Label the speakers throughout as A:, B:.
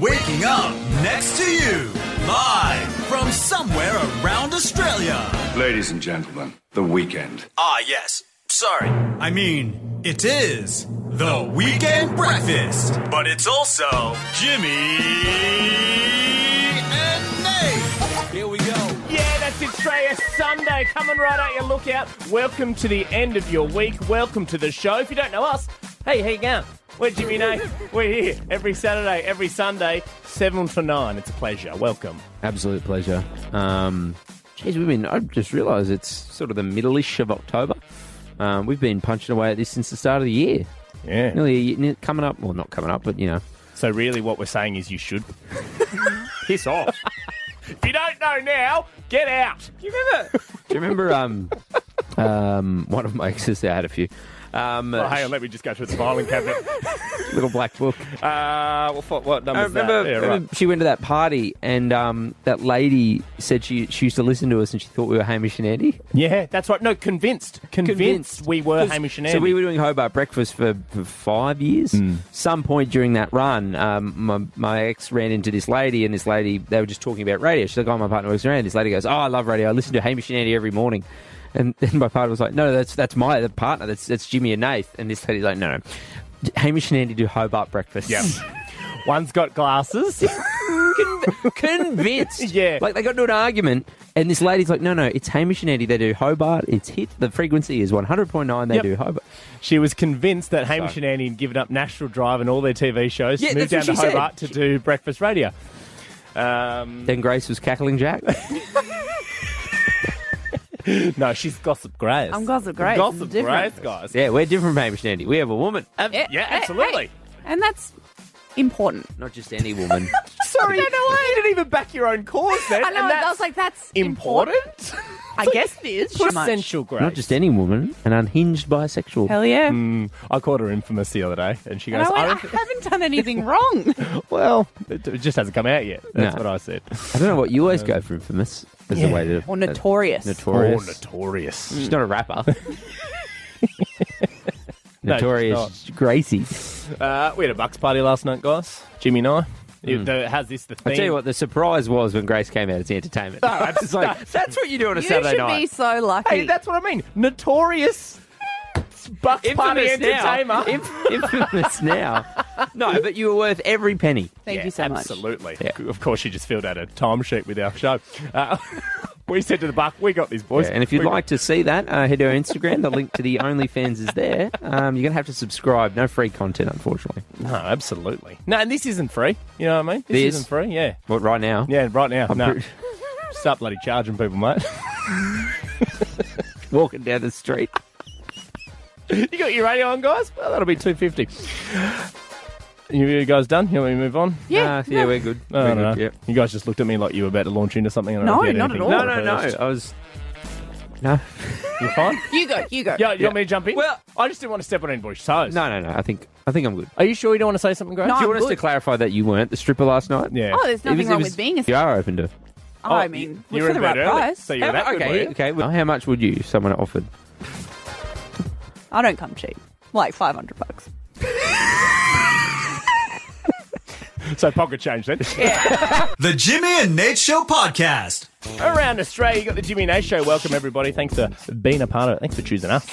A: waking up next to you, live from somewhere around Australia.
B: Ladies and gentlemen, the weekend.
A: Ah, yes. Sorry. I mean, it is the weekend breakfast, but it's also Jimmy and Nate. Here we go.
C: Yeah, that's it, Australia Sunday coming right at your lookout. Welcome to the end of your week. Welcome to the show. If you don't know us, hey, how you going? We're Jimmy Nate. We're here every Saturday, every Sunday, seven to nine. It's a pleasure. Welcome.
D: Absolute pleasure. Um, geez, we've been, I just realised it's sort of the middle-ish of October. Um, we've been punching away at this since the start of the year.
C: Yeah.
D: Nearly a year, ne- coming up, well, not coming up, but you know.
C: So really, what we're saying is you should piss off. if you don't know now, get out. You remember?
D: Do you remember um, um, one of my exes? I had a few. Um,
C: Oh, hang on, let me just go through the filing cabinet.
D: little black book.
C: Uh, um, what, what number
D: I
C: is that?
D: remember,
C: Yeah, right.
D: remember she went to that party and um, that lady said she, she used to listen to us and she thought we were Hamish and Andy.
C: Yeah, that's right. No, convinced. Convinced, we were
D: 'Cause-
C: Hamish and
D: So
C: Andy.
D: we were doing Hobart Breakfast for, for five years. Some point during that run, um, my, my ex ran into this lady, and this lady, they were just talking about radio. She's like, oh, my partner works around. This lady goes, oh, I love radio. I listen to Hamish and Andy every morning. And then my partner was like, no, that's that's my the partner. That's that's Jimmy and Nath. And this lady's like, no, no. Hamish and Andy do Hobart Breakfast.
C: Yep. One's got glasses.
D: Con- convinced.
C: Yeah.
D: Like they got into an argument, and this lady's like, no, no, it's Hamish and Andy. They do Hobart. It's hit. The frequency is 100.9. They
C: Yep.
D: do Hobart.
C: She was convinced that Hamish and Andy had given up National Drive and all their TV shows
D: Yeah,
C: to move down
D: that's
C: to
D: what she said.
C: Hobart to do breakfast radio. Um,
D: Then Grace was cackling Jack.
C: no, she's Gossip Grace.
E: I'm Gossip Grace.
C: Gossip
E: I'm different.
C: Grace, guys.
D: Yeah, we're different from Hamish and Andy. We have a woman,
E: Yeah,
C: Yeah,
E: hey,
C: absolutely.
E: hey. And that's important.
D: not just any woman.
C: Sorry, you didn't even back your own cause then.
E: I know.
C: and
E: I
C: that's
E: was like, that's important.
C: important?
E: I guess it is. Shamash.
C: Essential Grace.
D: not just any woman, an unhinged bisexual.
E: Hell yeah.
C: I called her infamous the other day, and she
E: And
C: goes,
E: Mm, I, went,
C: I
E: I haven't done anything wrong.
C: "Well, it it just hasn't come out yet." That's
D: No.
C: what I said.
D: I don't know what you always go for infamous as a way to uh,
E: or notorious.
D: notorious.
C: notorious.
D: She's not a rapper.
C: No,
D: notorious
C: she's
D: Gracie.
C: Uh, we had a Bucks party last night, guys. Jimmy and I. It- the- how's this the theme?
D: Hmm. I tell you what, the surprise was when Grace came out. It's entertainment. it's like that's what you do on a
E: you
D: Saturday
E: should
D: night.
E: be so lucky.
C: Hey, that's what I mean. Notorious Bucks party
D: Infamous now.
C: entertainer.
D: Inf- infamous now. No, but you were worth every penny.
E: Thank you so much.
C: Absolutely.
D: Yeah.
C: Of course, she just filled out a timesheet with our show. Uh, we said to the buck, we got these boys.
D: Yeah, and if you'd
C: We-
D: like to see that, uh, head to our Instagram. The link to the OnlyFans is there. Um, you're going to have to subscribe. No free content, unfortunately.
C: No, absolutely. No, and this isn't free. You know what I mean? This,
D: This?
C: isn't free. Yeah.
D: Well, right now.
C: Yeah, right now.
D: I'm
C: no.
D: pretty-
C: Stop bloody charging people, mate.
D: walking down the street.
C: you got your radio on, guys? Well, that'll be 250 You you guys done? You want me to move on?
E: Yeah.
D: Ah, yeah,
E: no.
D: we're good.
C: No,
D: We're
C: no, no.
D: good, yep.
C: You guys just looked at me like you were about to launch into something. And I
E: No,
C: don't
E: not at all.
D: no, no, no. I was. No,
C: You fine?
E: You go. You go.
C: Yeah, you want me to jump in?
D: Well-
C: I just didn't want to step on anybody's toes.
D: no, no, no. I think I think I'm good.
C: Are you sure you don't want to say something, Grace?
E: No,
D: Do you
E: I'm
D: want us to
E: Ah, good.
D: clarify that you weren't the stripper last night?
C: Yeah.
E: Oh,
D: It was-
E: there's nothing
D: it
E: wrong
D: was-
E: with being a
D: You are open to. it.
C: Oh,
E: I mean,
C: you- you
E: for
C: were in
E: the
C: bed
E: right
C: early,
E: price.
C: so you- were that good, were
D: okay,
C: you?
D: okay. well, how much would you? if Someone offered.
E: I don't come cheap. Like 500 bucks.
C: So pocket change then.
A: The Jimmy and Nate Show podcast.
C: Around Australia, you got the Jimmy and A Show. Welcome everybody. Thanks for being a part of it. Thanks for choosing us.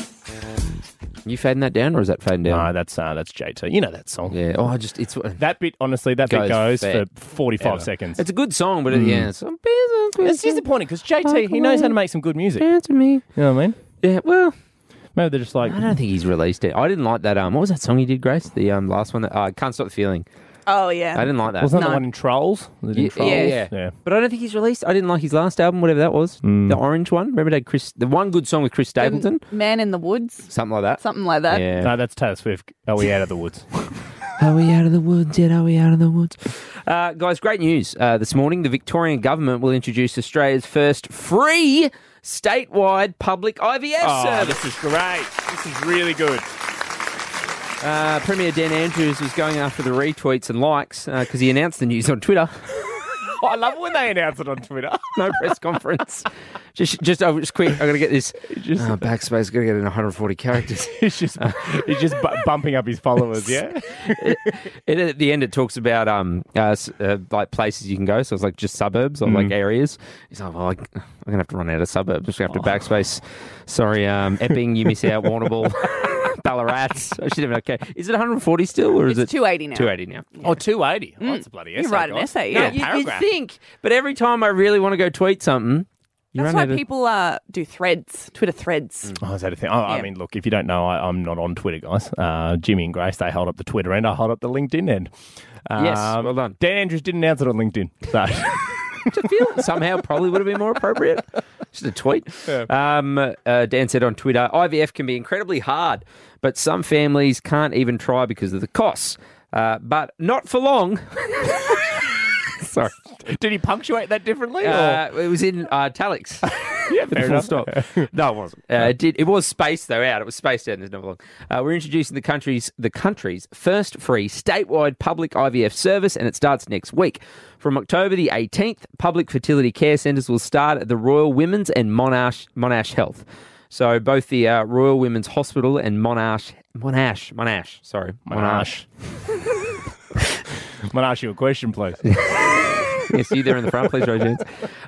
D: You fading that down, or is that fading down?
C: No, that's uh, that's JT. You know that song.
D: yeah. Oh, I just it's
C: That bit, honestly, that bit goes
D: Goes
C: for
D: fair.
C: forty-five seconds. Mm.
D: it's a good song, but at the end, some
C: It's
D: business.
C: disappointing because JT, he knows how to make some good music. You
D: Answer me.
C: know what I mean?
D: Yeah. Well,
C: Maybe they're just like,
D: I don't think he's released it. I didn't like that. Um, what was that song he did, Grace? The um last one that uh, can't stop the feeling.
E: Oh, yeah.
D: I didn't like that.
C: wasn't that the
E: No.
C: one in Trolls? Was it in
D: Yeah,
C: Trolls?
D: yeah, yeah. But I don't think he's released. I didn't like his last album, whatever that was,
C: Mm.
D: the orange one. Remember that Chris, the one good song with Chris Stapleton,
E: Man in the Woods.
D: something like that.
E: Something like that.
D: Yeah.
C: No, that's Taylor Swift. Are we out of the woods?
D: Are we out of the woods yet? Are we out of the woods? Uh, guys, great news uh, this morning. The Victorian government will introduce Australia's first free statewide public IVF
C: oh,
D: service.
C: this is great. This is really good.
D: Uh, Premier Dan Andrews was going after the retweets and likes because he announced the news on Twitter.
C: Oh, I love it when they announce it on Twitter.
D: no press conference. Just, just, oh, just quick. I gotta get this oh, backspace. Gotta get in 140 characters.
C: He's just, he's just bu- bumping up his followers, yeah?
D: And at the end, it talks about um, uh, s- uh, like places you can go. So it's like just suburbs or like areas. He's like, well, like, I'm gonna have to run out of suburbs. Just gonna have to backspace. Sorry, um, Epping, you miss out. Warrnambool, Ballarat. I should have. Okay, is it 140 still, or is
E: It's
D: it
E: 280 now.
D: 280 now.
C: Or 280. Oh, that's a bloody essay.
E: You write an
C: guys.
E: essay,
C: No,
E: yeah.
D: You- You'd
C: paragraph.
D: think, but every time I really want to go tweet something, you
E: That's
D: run
E: why
D: out of-
E: people uh, do threads, Twitter threads.
C: Oh, is that a thing? Oh, I
E: Yeah.
C: mean, look, if you don't know, I, I'm not on Twitter, guys. Uh, Jimmy and Grace, they hold up the Twitter end. I hold up the LinkedIn end. Um,
D: Yes, well done.
C: Dan Andrews didn't announce it on LinkedIn. So.
D: to feel somehow probably would have been more appropriate. Just a tweet. Um, uh, Dan said on Twitter, IVF can be incredibly hard, but some families can't even try because of the costs. Uh, but not for long. Sorry,
C: Did he punctuate that differently? or-
D: uh, it was in uh, italics.
C: yeah, fair
D: Full
C: enough.
D: stop. No, it wasn't. Uh, it, did, it was spaced though out. It was spaced out. and There's no long. Uh, we're introducing the country's the country's first free statewide public IVF service, and it starts next week. From October the 18th, public fertility care centres will start at the Royal Women's and Monash Monash Health. So both the uh, Royal Women's Hospital and Monash Monash Monash. Sorry,
C: Monash. I'm going to ask you a question, please.
D: yes, you there in the front, please, raise your hands.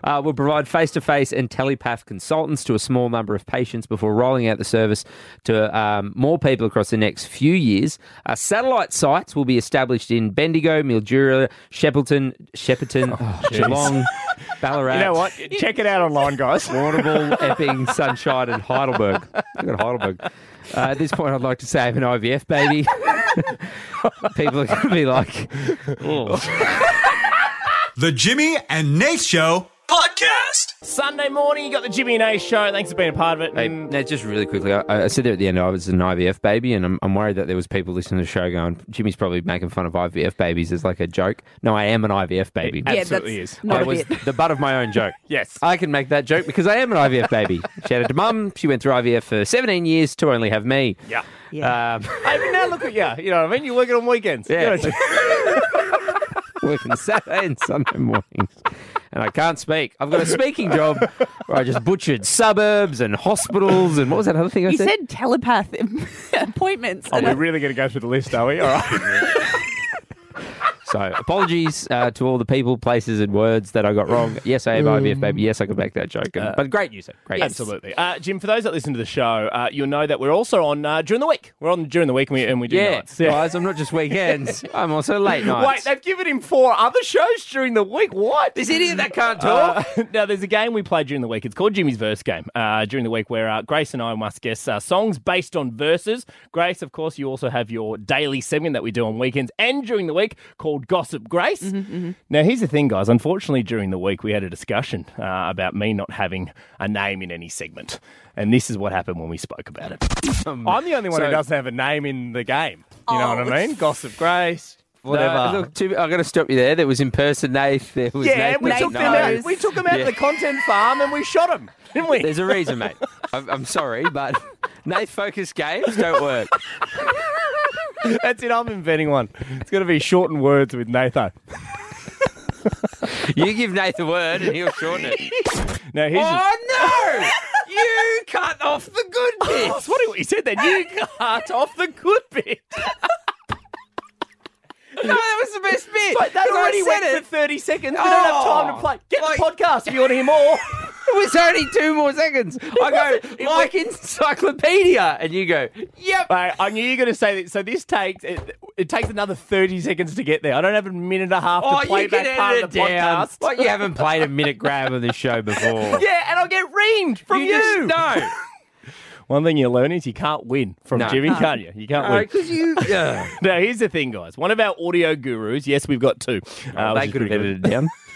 D: Uh, we'll provide face to face and telepath consultants to a small number of patients before rolling out the service to um, more people across the next few years. Uh, satellite sites will be established in Bendigo, Mildura, Shepparton, Shepparton, Geelong, Ballarat.
C: Oh, You know what? Check it out online, guys.
D: Warrnambool, Epping, Sunshine, and Heidelberg. Look at Heidelberg. Uh, at this point, I'd like to say I'm an IVF baby. People are going to be like,
A: The Jimmy and Nate Show podcast.
C: Sunday morning, you got the Jimmy and Ace show. Thanks for being a part of it. Mm.
D: Hey,
C: And-
D: now just really quickly, I, I said there at the end I was an IVF baby, and I'm, I'm worried that there was people listening to the show going, "Jimmy's probably making fun of IVF babies as like a joke." No, I am an IVF baby.
C: Yeah,
E: Yeah,
C: Absolutely
E: that's
C: is.
D: I
E: not a
D: was
E: bit.
D: the butt of my own joke.
C: Yes.
D: I can make that joke because I am an IVF baby. Shout out to mum; she went through IVF for 17 years to only have me.
C: yeah.
E: Yeah.
D: Um,
C: I mean, now look at you. You know what I mean? You're working on weekends.
D: Yeah.
C: You know,
D: working Saturday and Sunday mornings. And I can't speak. I've got a speaking job where I just butchered suburbs and hospitals and what was that other thing I
E: You
D: said?
E: said telepath appointments.
C: Are
E: and
C: Oh, we
E: I-
C: really going to go through the list, are we? All right.
D: So apologies uh, to all the people, places, and words that I got wrong. Yes, I am
C: Mm.
D: IVF baby. Yes, I could make that joke.
C: Uh,
D: And- but great user. Great.
E: Yes.
D: user.
C: Absolutely. Uh, Jim, for those that listen to the show, uh, you'll know that we're also on uh, during the week. We're on during the week and we, and we do
D: Yeah,
C: nights. Yeah.
D: guys, I'm not just weekends. I'm also late
C: Wait,
D: nights.
C: they've given him four other shows during the week. What?
D: this idiot that can't talk.
C: Uh, now, there's a game we play during the week. It's called Jimmy's Verse Game. Uh, during the week, where uh, Grace and I must guess uh, songs based on verses. Grace, of course, you also have your daily segment that we do on weekends and during the week called Gossip Grace. Now, here's the thing, guys. Unfortunately, during the week, we had a discussion uh, about me not having a name in any segment. And this is what happened when we spoke about it. I'm the only one
D: Um, so-
C: who doesn't have a name in the game. You know
E: Oh.
C: what I mean? Gossip Grace. Whatever.
D: No, look, too, I'm going to stop you there. There was impersonate. There was
C: Yeah,
D: Nathan.
C: we
E: Nate
C: took, them
E: knows.
C: out, we took them out of
D: Yeah.
C: the content farm and we shot them, didn't we?
D: There's a reason, mate. I'm, I'm sorry, but Nath focus games don't work.
C: That's it, I'm inventing one. It's going to be shortened words with Nathan.
D: You give Nath a word and he'll shorten it.
C: Now, here's the-
D: oh no! You cut off the good
C: That's funny Oh, what you said then. You cut off the good bit.
D: No, that was the best bit.
C: But they
D: Because I
C: already went
D: said
C: for 30 seconds. We don't have time
D: Oh,
C: to play. Get
D: like-
C: the podcast if you want to hear more.
D: It was only two more seconds. I go like encyclopedia, and you go, "Yep."
C: Mate, I knew you were going to say that. So this takes it, it takes another 30 seconds to get there. I don't have a minute and a half
D: oh,
C: to play
D: you can
C: that part
D: edit
C: of
D: it
C: the
D: down.
C: podcast.
D: Like you haven't played a minute grab of this show before.
C: yeah, and I'll get reamed from you.
D: Just, no,
C: One thing you learn is you can't win from
D: No.
C: Jimmy, can't you? You can't win.
D: because you. Yeah.
C: Now, here's the thing, guys. One of our audio gurus, yes, we've got two. Uh, which
D: Oh, they
C: is
D: could
C: pretty
D: have
C: good.
D: edited it down.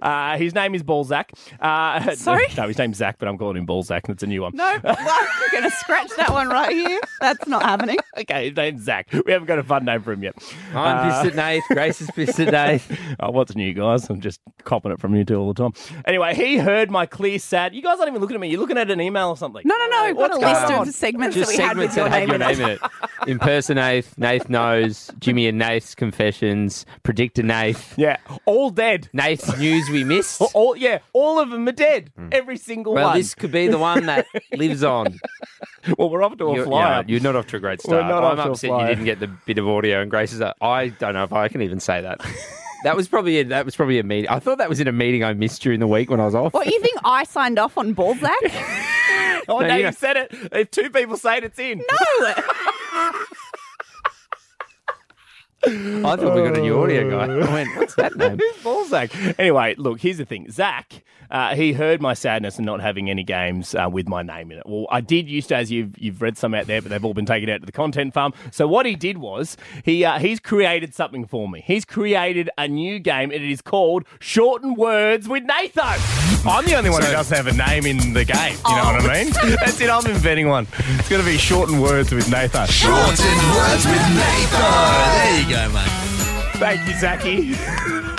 C: Uh, his name is Balzac. Uh,
E: Sorry?
C: No, his name's Zach, but I'm calling him Balzac. That's a new one.
E: no, well, I'm going to scratch that one right here. That's not happening.
C: Okay, his name's Zach. We haven't got a fun name for him yet.
D: I'm
C: Uh,
D: pissed at Nath. Grace is pissed at Nath.
C: Oh, what's new, guys? I'm just copping it from you two all the time. Anyway, he heard my clear sad. You guys aren't even looking at me. You're looking at an email or something.
E: No, no, no. We've got a
C: What's
E: list
C: going
E: of segments
D: Just
E: that we had with
D: segments
E: your
D: that had
E: name
D: your
E: in it.
D: name in it. Impersonate, Nath knows, Jimmy and Nath's confessions, predict a Nath,
C: Yeah, all dead.
D: Nath eighth news we missed.
C: All yeah, all of them are dead. Every single
D: Hmm. Well,
C: one.
D: this could be the one that lives on.
C: well, we're off to a
D: You're,
C: flyer.
D: yeah, you're not off to a great
C: We're
D: start.
C: not off
D: I'm
C: to a
D: upset you
C: flyer.
D: didn't get the bit of audio. And Grace is like, I don't know if I can even say that. that was probably a, that was probably a meeting. I thought that was in a meeting I missed during the week when I was off.
E: What, you think I signed off on Balzac?
C: oh,
D: No,
C: no,
D: you
C: you,
D: know-
C: said it. If two people say it, it's in.
E: no!
D: I thought we got a new audio guy. I went, what's that name?
C: Who's Balzac? Anyway, look, here's the thing. Zach, uh, he heard my sadness in not having any games uh, with my name in it. Well, I did used to, as you've, you've read some out there, but they've all been taken out to the content farm. So what he did was he uh, he's created something for me. He's created a new game, and it is called Shortened Words with Nathan. Oh. I'm the only one who doesn't have a name in the game. You know what I mean? That's it. I'm inventing one. It's going to be Shortened Words with Nathan.
F: There you go, mate.
C: Thank you, Zachy.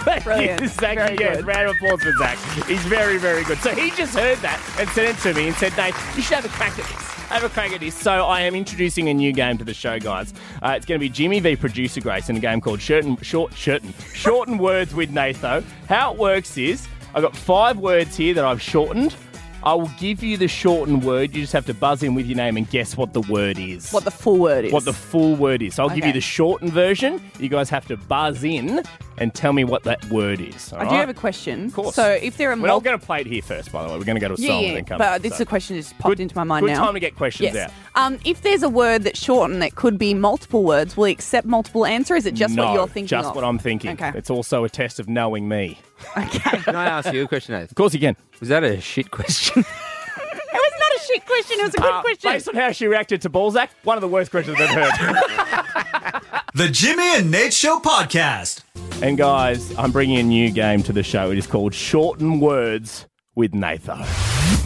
C: Thank
E: Brilliant.
C: you, Zachy.
E: Very
C: yes,
E: good.
C: round of applause for Zach. He's very, very good. So he just heard that and sent it to me and said, Nate, you should have a crack at this. Have a crack at this. So I am introducing a new game to the show, guys. Uh, it's going to be Jimmy v Producer Grace in a game called Short and Short Shorten Shorten Words with Natho. How it works is I've got five words here that I've shortened. I will give you the shortened word. You just have to buzz in with your name and guess what the word is
E: What the full word is.
C: what the full word is. So I'll give
E: Okay.
C: you the shortened version. You guys have to buzz in and tell me what that word is.
E: I do have a question. Of
C: course.
E: So if there are
C: We're not
E: multiple.
C: going to play it here first, by the way. We're going to go to a song
E: Yeah,
C: and
E: yeah.
C: then come
E: But
C: back.
E: this is
C: So-
E: a question that's popped
C: Good-
E: into my mind
C: good
E: now.
C: time to get questions
E: yes.
C: out.
E: Um, if there's a word that's short and that could be multiple words, will you accept multiple answer? Is it just
C: no,
E: what you're thinking?
C: just
E: of?
C: what I'm thinking.
E: Okay.
C: It's also a test of knowing me. Of
E: okay.
D: Can I ask you a question, Nathan?
C: course, you can.
D: Was that a shit question?
E: It was not a shit question. It was a good
C: Uh,
E: question.
C: based on how she reacted to Balzac, one of the worst questions I've ever heard.
A: The Jimmy and Nate Show podcast.
C: and guys, I'm bringing a new game to the show. It is called Shorten Words with Natho.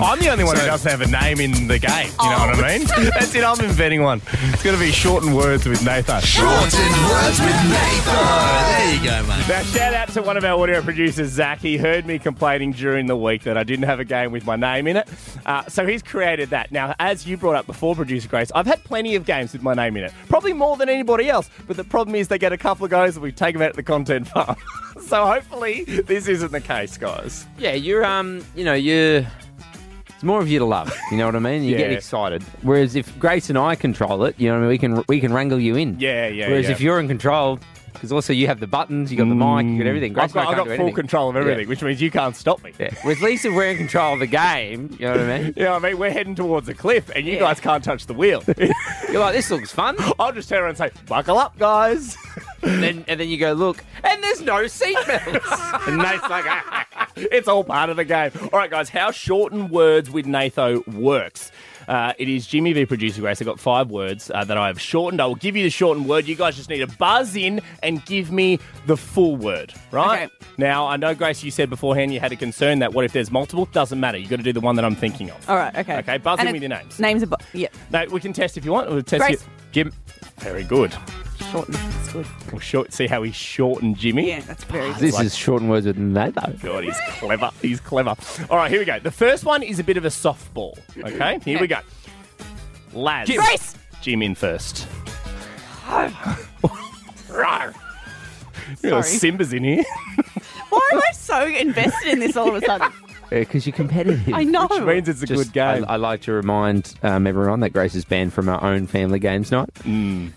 C: I'm the only one who doesn't have a name in the game. You know what I mean? That's it. I'm inventing one. It's going to be Shortened Words with Natho.
F: There you go, mate.
C: Now, shout out to one of our audio producers, Zach. He heard me complaining during the week that I didn't have a game with my name in it. Uh, so he's created that. Now, as you brought up before, producer Grace, I've had plenty of games with my name in it, probably more than anybody else. But the problem is they get a couple of goes and we take them out to the content farm. so hopefully this isn't the case, guys.
D: yeah, you're um, you know, you're. It's more of you to love. You know what I mean? You get
C: Yeah.
D: excited. Whereas if Grace and I control it, you know what I mean. We can we can wrangle you in.
C: Yeah, yeah,
D: Whereas
C: yeah.
D: if you're in control, because also you have the buttons, you got the mic, you Mm. got everything. Grace
C: I've got,
D: and I
C: I've
D: can't
C: got
D: do
C: full
D: anything.
C: control of everything,
D: Yeah.
C: which means you can't stop me.
D: Yeah. With Lisa, we're in control of the game. You know what I mean?
C: You know what I mean? We're heading towards a cliff and you
D: Yeah.
C: guys can't touch the wheel.
D: You're like, this looks fun.
C: I'll just turn around and say, buckle up, guys.
D: And then, and then you go, look, and there's no seatbelts. and Nate's like, ah.
C: It's all part of the game. All right, guys, how shortened words with Natho works. Uh, it is Jimmy v producer Grace. I've got five words uh, that I have shortened. I will give you the shortened word. You guys just need to buzz in and give me the full word, right?
E: Okay.
C: Now, I know, Grace, you said beforehand you had a concern that what if there's multiple? Doesn't matter. You've got to do the one that I'm thinking of.
E: All right. Okay.
C: Okay, buzz
E: And
C: in with
E: it's-
C: your names.
E: Names are. Bu- yeah.
C: No, we can test if you want. We'll test
E: Grace.
C: you- Jim. Very good.
E: Short. That's good.
C: We'll short, see how he shortened Jimmy.
E: Yeah. That's very. good.
D: This is short and words with Nato.
C: God, he's clever. He's clever. All right, here we go. The first one is a bit of a softball. Okay, here we go. Lads.
E: Jim. Grace.
C: Jim in first. Rawr.
E: Sorry.
C: Little Simba's in here.
E: Why am I so invested in this all of a sudden?
D: Because you're competitive.
E: I know.
C: Which means it's a
D: Just-
C: good game.
D: I, I like to remind um, everyone that Grace is banned from our own family games night. Um,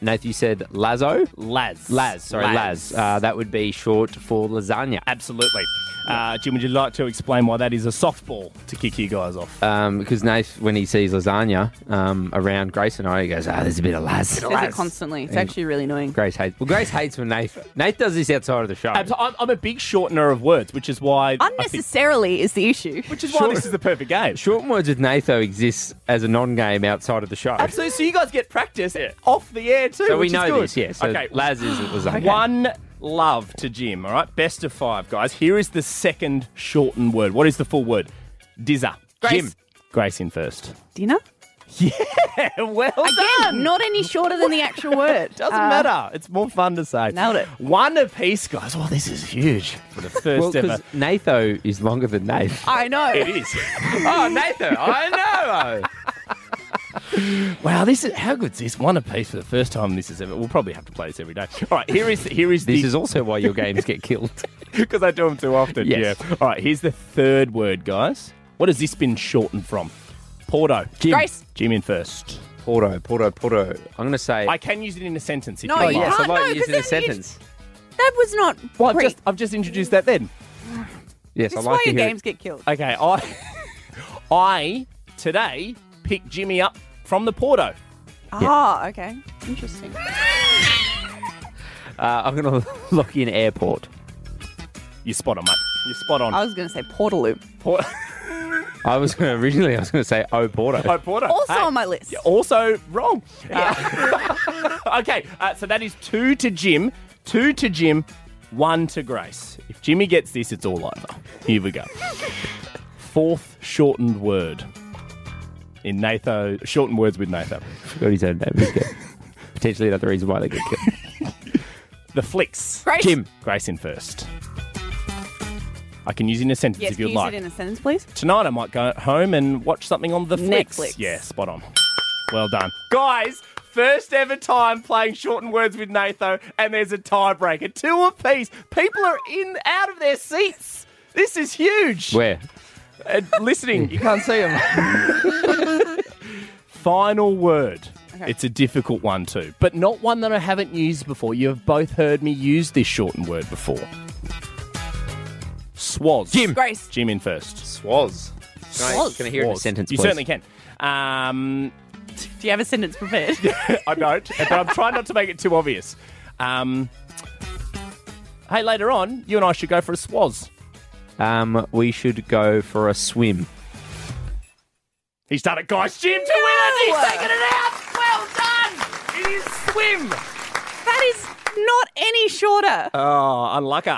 D: Nath, you said Lazo?
C: Laz.
D: Laz, sorry, Laz. Uh, that would be short for lasagna.
C: Absolutely. Uh, Jim, would you like to explain why that is a softball to kick you guys off?
D: Uh, Because Um, Nath, when he sees lasagna um, around Grace and I, he goes, ah, there's a bit of Laz.
E: Says it constantly. It's actually really annoying.
D: Grace hates. Well, Grace hates when Nath. Nath does this outside of the show.
C: Abs- I'm, I'm a big shortener of words, which is why. I think-
E: Unnecessarily is the issue.
C: which is why this is the perfect game.
D: Short words with Natho exists as a non-game outside of the show.
C: Absolutely. So you guys get practice off the air too.
D: So we
C: which is
D: know
C: good.
D: this, yes. So
C: okay.
D: Laz is lasagna.
C: One love to Jim, all right? Best of five, guys. Here is the second shortened word. What is the full word? Dizza.
E: Grace.
C: Jim. Grace in first.
E: Dinner?
C: well
E: Again, not any shorter than the actual word.
C: Doesn't
E: Uh,
C: matter. It's more fun to say.
E: nailed it.
C: One apiece, guys. Well, this is huge for the first
D: Well,
C: ever.
D: because Natho is longer than Nath.
E: Uh, I know.
C: It is.
D: oh, Natho, I know.
C: wow, this is how good's this? One apiece for the first time. This is ever. We'll probably have to play this every day. All right, here is here is
D: This
C: the
D: is also why your games get killed.
C: because I do them too often.
D: Yes.
C: Yeah. All right, here's the third word, guys. What has this been shortened from? Porto. Jim.
E: Grace.
C: Jim in first.
D: Porto, Porto, Porto. I'm going to say.
C: I can use it in a sentence if
E: No,
C: you like.
D: oh,
E: Oh, you
D: yes,
E: can't.
D: I'd like
E: No,
D: to use it
E: 'cause
D: in a
E: then you'd-
D: sentence.
E: That was not.
C: Well, I've
E: pre-
C: just, I've just introduced that then.
D: Yes, I
E: This is
D: like
E: why
D: to
E: your
D: hear.
E: games get killed.
C: Okay, I, I today picked Jimmy up from the Porto.
E: Ah, okay. Interesting.
D: it. Uh, I'm going to lock in airport.
C: You spot on, mate. You spot on.
E: I was going to say Portaloop.
C: Por-
D: I was gonna, originally I was going to say oh Porto.
C: oh, Porto.
E: Also
C: Hey.
E: on my list.
C: Also wrong. Uh, okay, uh, so that is two to Jim, two to Jim, one to Grace. If Jimmy gets this, it's all over. Here we go. Fourth shortened word in Natho. Shortened words with Natho.
D: Forgot his own name. He's dead. Potentially another reason why they get killed.
C: The flicks.
E: Grace.
D: Jim.
C: Grace in first. I can use it in a sentence
E: Yes,
C: if
E: can you
C: you'd
E: use
C: like.
E: it in a sentence, please?
C: Tonight I might go home and watch something on the flicks.
E: Netflix.
C: Yeah, spot on. Well done. Guys, first ever time playing shortened words with Natho, and there's a tiebreaker. Two apiece. People are in out of their seats. This is huge.
D: Where?
C: Uh, listening.
D: You can't see him.
C: Final word.
E: Okay.
C: It's a difficult one too, but not one that I haven't used before. You have both heard me use this shortened word before. Swaz.
D: Jim.
E: Grace.
C: Jim in first.
D: Swaz. Can I,
E: Swaz.
D: can I hear it in a
C: Swaz.
D: sentence,
C: You
D: please?
C: certainly can. Um,
E: Do you have a sentence prepared?
C: I don't, but I'm trying not to make it too obvious. Um, hey, later on, you and I should go for a swaz.
D: Um, we should go for a swim.
C: He's done it, guys. Jim to win it. He's
E: No!
C: taken it out. Well done. It is swim.
E: that is not any shorter.
D: Ah,
C: Oh, unlucky.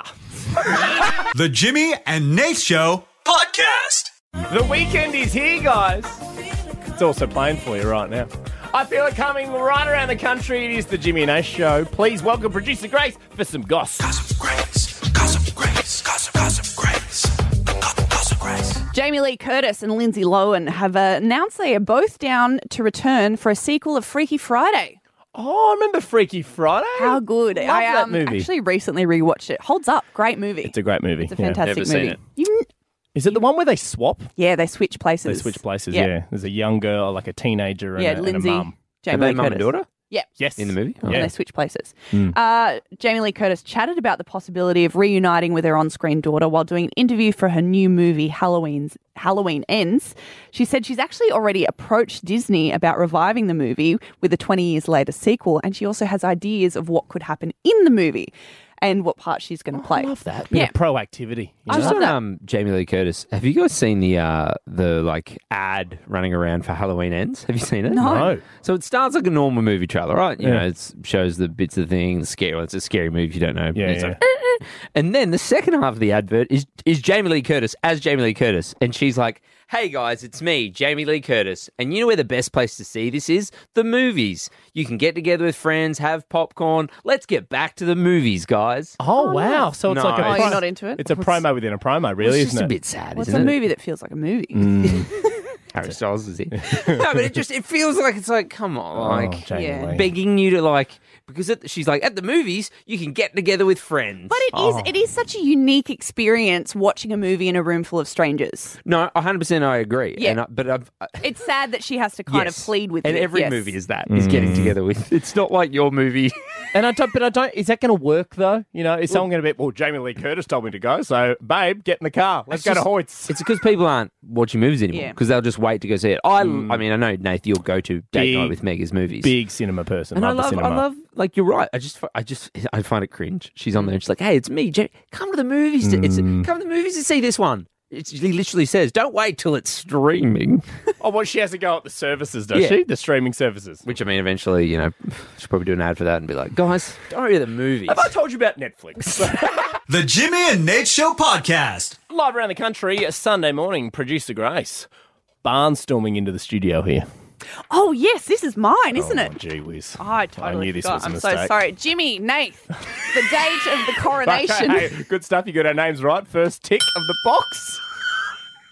A: The Jimmy and Nate Show podcast.
C: The weekend is here, guys. It's also playing for you right now. I feel it coming right around the country. It is the Jimmy and Ash Show. Please welcome producer Grace for some goss.
G: Gossip Grace, Gossip Grace, Gossip Gossip Grace, Gossip Gossip Grace.
E: Jamie Lee Curtis and Lindsay Lohan have uh, announced they are both down to return for a sequel of Freaky Friday.
C: Oh, I remember Freaky Friday.
E: How good!
C: Love
E: I
C: that
E: um,
C: movie.
E: actually recently rewatched it. Holds up. Great movie.
C: it's a great movie.
E: It's a fantastic
D: never
E: movie.
D: seen it.
E: You-
C: Is it the one where they swap?
E: yeah, they switch places.
C: They switch places. Yeah. there's a young girl, like a teenager, and,
E: Yeah,
C: a, and a
E: Lindsay,
C: mum.
D: Are
E: Jamie
D: they
E: Lee
D: mum and
E: Curtis.
D: daughter?
E: Yeah.
C: Yes,
D: In the movie? Oh.
C: Yeah.
E: And they switch places.
D: Mm.
E: Uh, Jamie Lee Curtis chatted about the possibility of reuniting with her on-screen daughter while doing an interview for her new movie Halloween's Halloween Ends. She said she's actually already approached Disney about reviving the movie with a 20 years later sequel, and she also has ideas of what could happen in the movie and what part she's
D: Oh,
E: going to play.
C: love that bit
E: Yeah.
C: of proactivity. you
E: I
C: know?
E: love
D: Just on
E: that.
D: um, Jamie Lee Curtis, have you guys seen the uh, the like ad running around for Halloween Ends? Have you seen it?
E: No.
C: No.
D: So it starts like a normal movie trailer, right? You
C: Yeah.
D: know, it shows the bits of the thing, the scary. Well, it's a scary movie if you don't know.
C: Yeah,
D: It's
C: yeah.
D: like, "Eh, eh." and then the second half of the advert is is Jamie Lee Curtis as Jamie Lee Curtis, and she's like, "Hey guys, it's me, Jamie Lee Curtis, and you know where the best place to see this is the movies. You can get together with friends, have popcorn. Let's get back to the movies, guys."
C: Oh, wow! So it's like a
D: Nice. Oh,
E: you're
C: pro-
E: not into it?
C: It's a promo within a promo, really,
D: It's just
C: isn't
D: a
C: it?
D: bit sad,
E: What's
D: isn't
E: a
D: it? Mm.
E: movie that feels like a movie?
D: Harry Styles is it? no, but it just it feels like it's like come on,
C: Oh,
D: like
C: Jamie
E: yeah.
C: Lee.
D: begging you to like because at, she's like at the movies you can get together with friends.
E: But it is
D: Oh.
E: it is such a unique experience watching a movie in a room full of strangers.
D: no, hundred percent I agree.
E: Yeah.
D: and I, but I've. I,
E: It's sad that she has to kind
D: yes.
E: of plead with
D: and
E: you.
D: every
E: Yes.
D: movie is that is getting together with. It's not like your movie.
C: And I don't, but I don't. Is that going to work though? You know, is someone going to be? Well, Jamie Lee Curtis told me to go, so babe, get in the car. Let's go to
D: just-
C: Hoyts.
D: It's because people aren't watching movies anymore
E: Yeah.
D: because they'll just wait to go see it. I, I mean, I know Nath, you'll go to date
C: Big-
D: night with Mega's movies.
C: Big cinema person.
D: And I
C: the
D: love,
C: cinema.
D: I love, like you're right. I just, fi- I just, I find it cringe. She's on there and she's like, "Hey, it's me, Jamie. Come to the movies. To, it's come to the movies to see this one." It's, she literally says, "Don't wait till it's streaming."
C: Oh, well, she has to go up the services, does
D: Yeah.
C: she? The streaming services.
D: Which I mean, eventually, you know, she'll probably do an ad for that and be like, "Guys, don't go to the movies."
C: Have I told you about Netflix?
A: The Jimmy and Nate Show podcast.
C: Live around the country, Sunday morning, producer Grace barnstorming into the studio here.
E: Oh yes, this is mine, isn't
C: Oh,
E: it?
C: gee whiz.
E: Oh, I totally
C: knew this
E: forgot.
C: was a
E: I'm so
C: mistake.
E: sorry, Jimmy, Nate. The date of the coronation.
C: Okay, hey, good stuff. You got our names right. First tick of the box.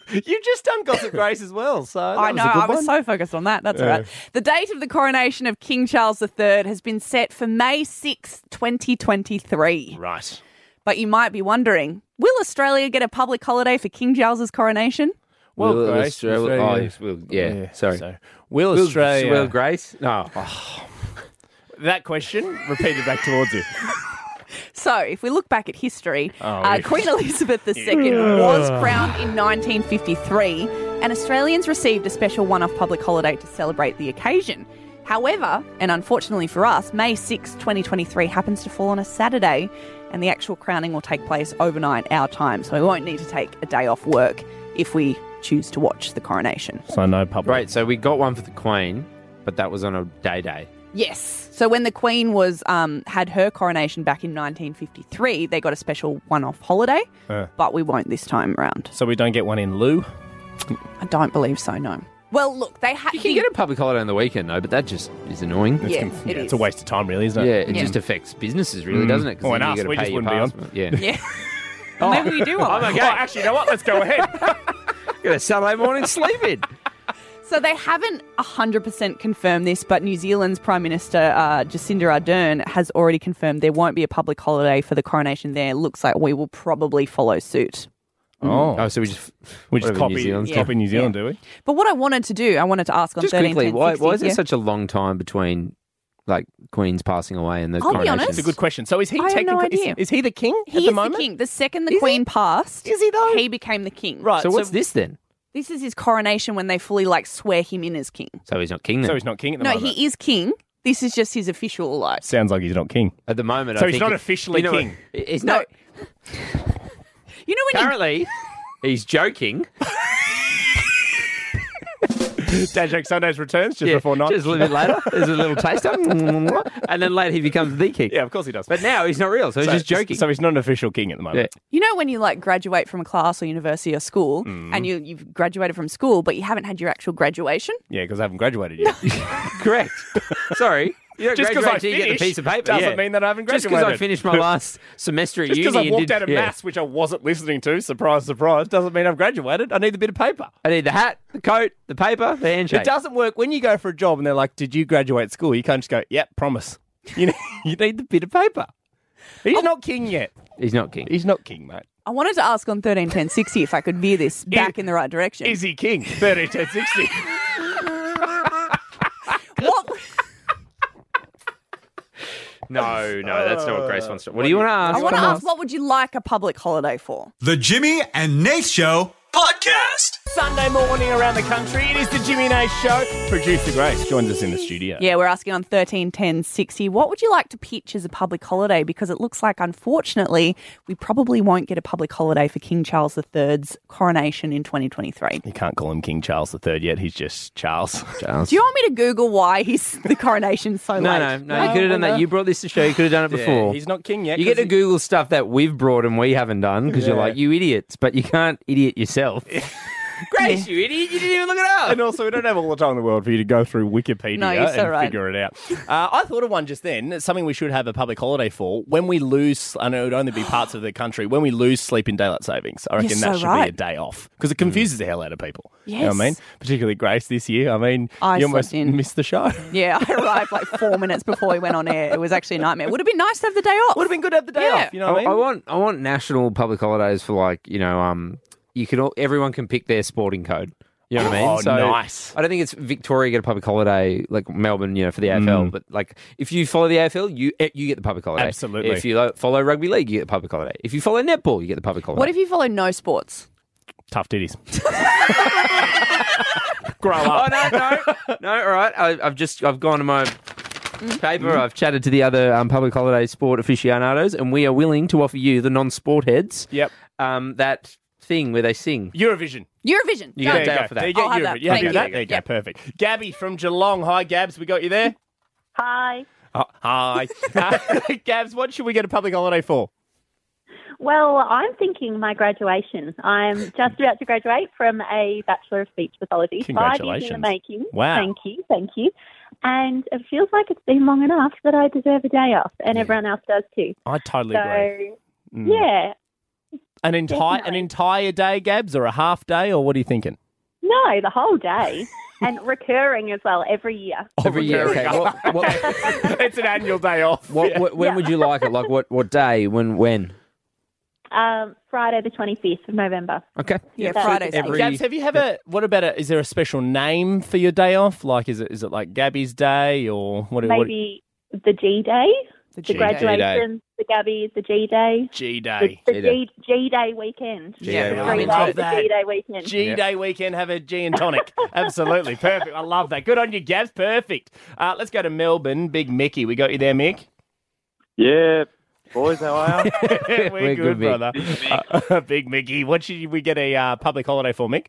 C: You've just done Gossip Grace as well, so that
E: I
C: was
E: know.
C: a good
E: I was
C: one.
E: so focused on that. That's all right. The date of the coronation of King Charles III has been set for May sixth, 2023.
C: right.
E: But you might be wondering, will Australia get a public holiday for King Charles's coronation?
C: Will
D: Will
C: Grace,
D: Australia- oh, yes, will- yeah, sorry.
C: so, Will
D: Will-
C: Australia?
D: Will Grace? No. Oh,
C: that question repeated back towards you.
E: So, if we look back at history, uh,
C: yeah.
E: Queen Elizabeth II was crowned in 1953, and Australians received a special one off public holiday to celebrate the occasion. However, and unfortunately for us, May 6, 2023 happens to fall on a Saturday, and the actual crowning will take place overnight our time, so we won't need to take a day off work if we choose to watch the coronation.
C: So no public.
D: Right, so we got one for the Queen, but that was on a day day.
E: Yes. So when the Queen was um, had her coronation back in 1953, they got a special one-off holiday,
C: Uh.
E: but we won't this time round.
C: So we don't get one in lieu.
E: I don't believe so. No. Well, look, they had.
D: You can get a public holiday on the weekend, though, but that just is annoying.
E: Yeah,
C: It's-
E: it
C: It's a
E: is.
C: waste of time, really, isn't
D: Yeah, Mm.
C: it?
D: it just affects businesses, really, doesn't it? 'Cause
C: Well,
D: then
C: and
D: you
C: us,
D: gotta
C: we
D: pay
C: just
D: your
C: wouldn't be
D: pass- Yeah.
E: Yeah. Maybe we do want one.
C: Oh, actually, you know what? Let's go ahead.
D: Get a Saturday morning sleep in.
E: So they haven't 100% confirmed this, but New Zealand's Prime Minister uh, Jacinda Ardern has already confirmed there won't be a public holiday for the coronation there. Looks like we will probably follow suit.
D: Oh, so we just
C: we just
D: whatever, New
C: copy New Zealand,
D: Zealand's
E: got.
C: copy New Zealand, do we?
E: But what I wanted to do, I wanted to ask on
D: Just
E: 13,
D: quickly,
E: 10,
D: why, why is
E: 60,
D: there
E: yeah.
D: such a long time between like Queen's passing away and the
E: I'll be
D: coronation?
E: honest.
C: It's a good question. So is he
E: I have no
C: technically? is-
E: idea.
C: Is, he the king
E: He
C: at
E: is
C: the moment?
E: king. The second the
C: Is he?
E: queen passed,
C: Is he though?
E: He became the king.
C: Right.
D: So what's this then?
E: This is his coronation when they fully like swear him in as king.
D: So he's not king then.
C: So he's not king at the
E: No,
C: moment.
E: he is king. This is just his official like.
C: Sounds like he's not king.
D: At the moment,
C: So
D: I
C: he's
D: think
C: not
D: it-
C: officially
D: you know,
C: king.
D: It's
E: No.
D: not
E: You know when you
D: currently. He's joking.
C: Dad Joke Sundays returns just
D: Yeah,
C: before nine.
D: Just a little bit later. There's a little taster, and then later he becomes the king.
C: yeah, of course he does.
D: But now he's not real, so he's
C: So-
D: just joking.
C: So he's not an official king at the moment.
E: You know when you like graduate from a class or university or school and you, you've graduated from school but you haven't had your actual graduation?
C: Yeah, because I haven't graduated yet.
D: Correct. Sorry. You don't
C: Just 'cause
D: graduate
C: I
D: till you get
C: finish
D: the piece of paper.
C: doesn't
D: yeah.
C: mean that I haven't
D: Just because I
C: graduated.
D: finished my last semester at
C: Just
D: uni.
C: because I
D: and
C: walked
D: did-
C: out of
D: yeah.
C: maths, which I wasn't listening to, surprise, surprise, doesn't mean I've graduated. I need the bit of paper.
D: I need the hat, the coat, the paper, the handshake.
C: It doesn't work when you go for a job and they're like, "Did you graduate school?" You can't just go, "Yep, promise." You need, you need the bit of paper. He's not king yet.
D: He's not king.
C: He's not king, mate.
E: I wanted to ask on 13, 10, 60 if I could veer this back in the right direction.
C: Is he king? Thirty to sixty.
E: what,
D: No, no, that's not what Grace wants to. What do you want to ask?
E: I want to ask, what would you like a public holiday for?
A: The Jimmy and Nate Show podcast.
C: Sunday morning around the country. It is the Jimmy and Ace Show. Producer Grace joins us in the studio.
E: Yeah, we're asking on 13, 10, 60, what would you like to pitch as a public holiday? Because it looks like, unfortunately, we probably won't get a public holiday for King Charles III's coronation in 2023.
C: You can't call him King Charles III yet. He's just Charles.
E: Do you want me to Google why he's the coronation so
D: No,
E: late?
D: no, no. You could have done that. You brought this to show. You could have done it before.
C: he's not king yet.
D: you get to Google stuff that we've brought and we haven't done because you're
C: Yeah.
D: like, you idiots, but you can't idiot yourself. Grace, you idiot. You didn't even look it up.
C: And also, we don't have all the time in the world for you to go through Wikipedia
E: No, you're so
C: and
E: right.
C: figure it out. Uh, I thought of one just then. It's Something we should have a public holiday for when we lose. I know it would only be parts of the country when we lose sleep in daylight savings. I reckon that
E: so
C: should
E: right.
C: be a day off because it confuses the hell out of people. You know what I
E: Yes.
C: mean, particularly Grace this year. I mean,
E: I
C: you almost
E: slept in.
C: missed the show.
E: Yeah, I arrived like four minutes before we went on air. It was actually a nightmare. Would have been nice to have the day off.
C: Would have been good to have the day
E: Yeah.
C: off. You know what I mean?
D: want I want national public holidays for like you know um you can all everyone can pick their sporting code. You know what I mean?
C: Oh, nice.
D: I don't think it's Victoria get a public holiday like Melbourne, you know, for the
C: Mm.
D: AFL. But like, if you follow the AFL, you eh, you get the public holiday.
C: Absolutely.
D: If you lo- follow rugby league, you get the public holiday. If you follow netball, you get the public holiday.
E: What if you follow no sports?
C: Tough titties. Grow
D: Oh
C: up.
D: no, no, no! All right, I, I've just I've gone to my
E: Mm-hmm.
D: paper. I've chatted to the other um, public holiday sport aficionados, and we are willing to offer you the non-sport heads.
C: Yep.
D: Um, that thing where they sing.
C: Eurovision.
E: Eurovision.
D: You
E: Go.
D: get a day off for that.
C: There you go.
E: I'll have
C: Eurovision.
E: that.
C: Yeah,
E: Thank
C: do
E: you.
C: that. There you go. Perfect. Gabby from Geelong. Hi, Gabs. We got you there.
H: Hi.
C: Oh, hi. Uh, Gabs, what should we get a public holiday for?
H: Well, I'm thinking my graduation. I'm just about to graduate from a Bachelor of Speech Pathology. Five years in
C: Congratulations.
H: the making.
C: Wow.
H: Thank you. Thank you. And it feels like it's been long enough that I deserve a day off, and everyone else does too.
C: I totally
H: So,
C: Mm.
H: yeah.
C: An entire an
H: definitely.
C: entire day, Gabs, or a half day, or what are you thinking?
H: No, the whole day. and recurring as well every year.
C: Oh.
D: Every year. Okay. What, what,
C: it's an annual day off.
D: what, what- when would you like it? Like what, what day? When? When?
H: Um, Friday, the 25th of November.
D: Okay.
E: Yeah,
H: That's-
E: Friday's
D: Every-
E: eight.
C: Gabs, have you have a what about a, is there a special name for your day off? Like is it is it like Gabby's Day or what? what
H: Maybe the G Day,
E: The
H: the
E: G-Day.
H: graduation, the Gabby, the G Day,
C: G
H: the,
C: Day.
H: the
D: G-Day.
H: G, G Day weekend.
D: G-Day
H: The
D: weekend.
H: three
D: I
H: days,
C: love
H: the
C: that.
H: G Day weekend.
C: G Day weekend, have a G and tonic. Absolutely. Perfect. I love that. Good on you, Gabs. Perfect. Uh, let's go to Melbourne. Big Mickey. We got you there, Mick.
I: Yeah, boys, how are you?
C: We're,
D: We're
C: good,
D: good, Mick.
C: brother. Uh, Big Mickey. What should we get a uh, public holiday for, Mick?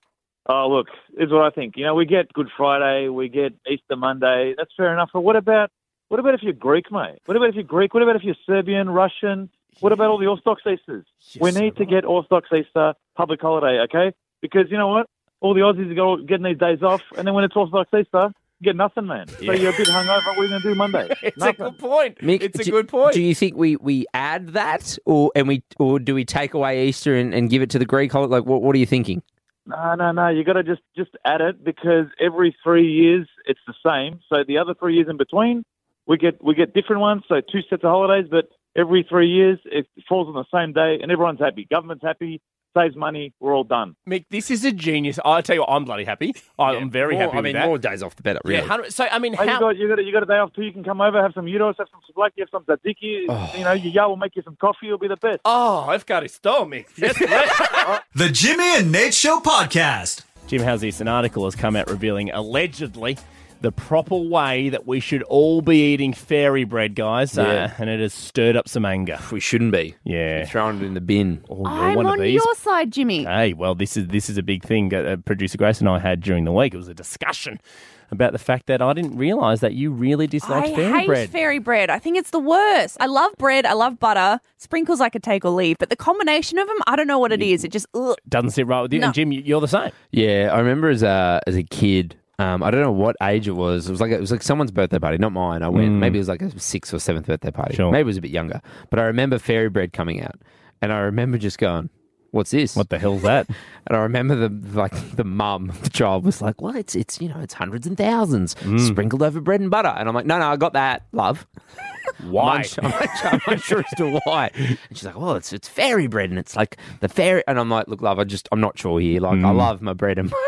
I: oh, look, this is what I think. You know, we get Good Friday, we get Easter Monday. That's fair enough. But what about what about if you're Greek, mate? What about if you're Greek? What about if you're Serbian, Russian? What about all the Orthodox Easters? we need to get Orthodox Easter public holiday, okay? Because you know what? All the Aussies are go- getting these days off, and then when it's Orthodox Easter, you get nothing, man. So you're a bit hungover. What are you going to do Monday?
C: It's
I: nothing.
C: a good point.
D: Mick,
C: it's a
D: do-
C: good point.
D: Do you think we, we add that, or and we or do we take away Easter and, and give it to the Greek holiday? Like, what, what are you thinking?
I: No, no, no. You got to just just add it because every three years it's the same. So the other three years in between, we get we get different ones. So two sets of holidays, but every three years it falls on the same day, and everyone's happy. Government's happy, saves money. We're all done.
C: Mick, this is a genius. I tell you what, I'm bloody happy. I, I'm very happy with that.
D: days off the better,
C: yeah, 100 so I mean,
I: Hey, you
C: how
I: got you got a, you got a day off too. You can come over, have some euros, have some souvlaki, have some tzatziki. You know, your yah will make you some coffee. It'll be the best.
C: Oh, I've got it stole me.
A: The Jimmy and Nate Show podcast.
C: Jim House's an article has come out revealing allegedly the proper way that we should all be eating fairy bread, guys, uh, and it has stirred up some anger.
D: We shouldn't be
C: Yeah.
D: throwing it in the bin.
C: Oh, you're
E: I'm
C: one
E: on
C: of these.
E: your side, Jimmy.
C: Hey, well, this is this is a big thing. that, Uh, Producer Grace and I had during the week. It was a discussion about the fact that I didn't realise that you really
E: I
C: disliked fairy
E: hate
C: bread.
E: fairy bread. I think it's the worst. I love bread. I love butter. Sprinkles I could take or leave, but the combination of them, I don't know what it is. It just ugh.
C: Doesn't sit right with you.
E: No.
C: And Jim, you- you're the same.
D: Yeah, I remember as a as a kid. Um, I don't know what age it was. It was like it was like someone's birthday party, not mine. I went. Maybe it was like a sixth or seventh birthday party.
C: Mm. Sure.
D: Maybe it was a bit younger. But I remember fairy bread coming out, and I remember just going, "What's this?"
C: What the hell's that?
D: And I remember the like the mum, the child was like, "Well, it's it's you know it's hundreds and thousands
C: Mm.
D: sprinkled over bread and butter." And I'm like, "No, no, I got that, love. I'm,
C: Why?
D: not su- I'm not su- I'm not sure as to why." And she's like, "Well, it's it's fairy bread, and it's like the fairy." And I'm like, "Look, love, I just I'm not sure here. Like,
C: Mm.
D: I love my bread and."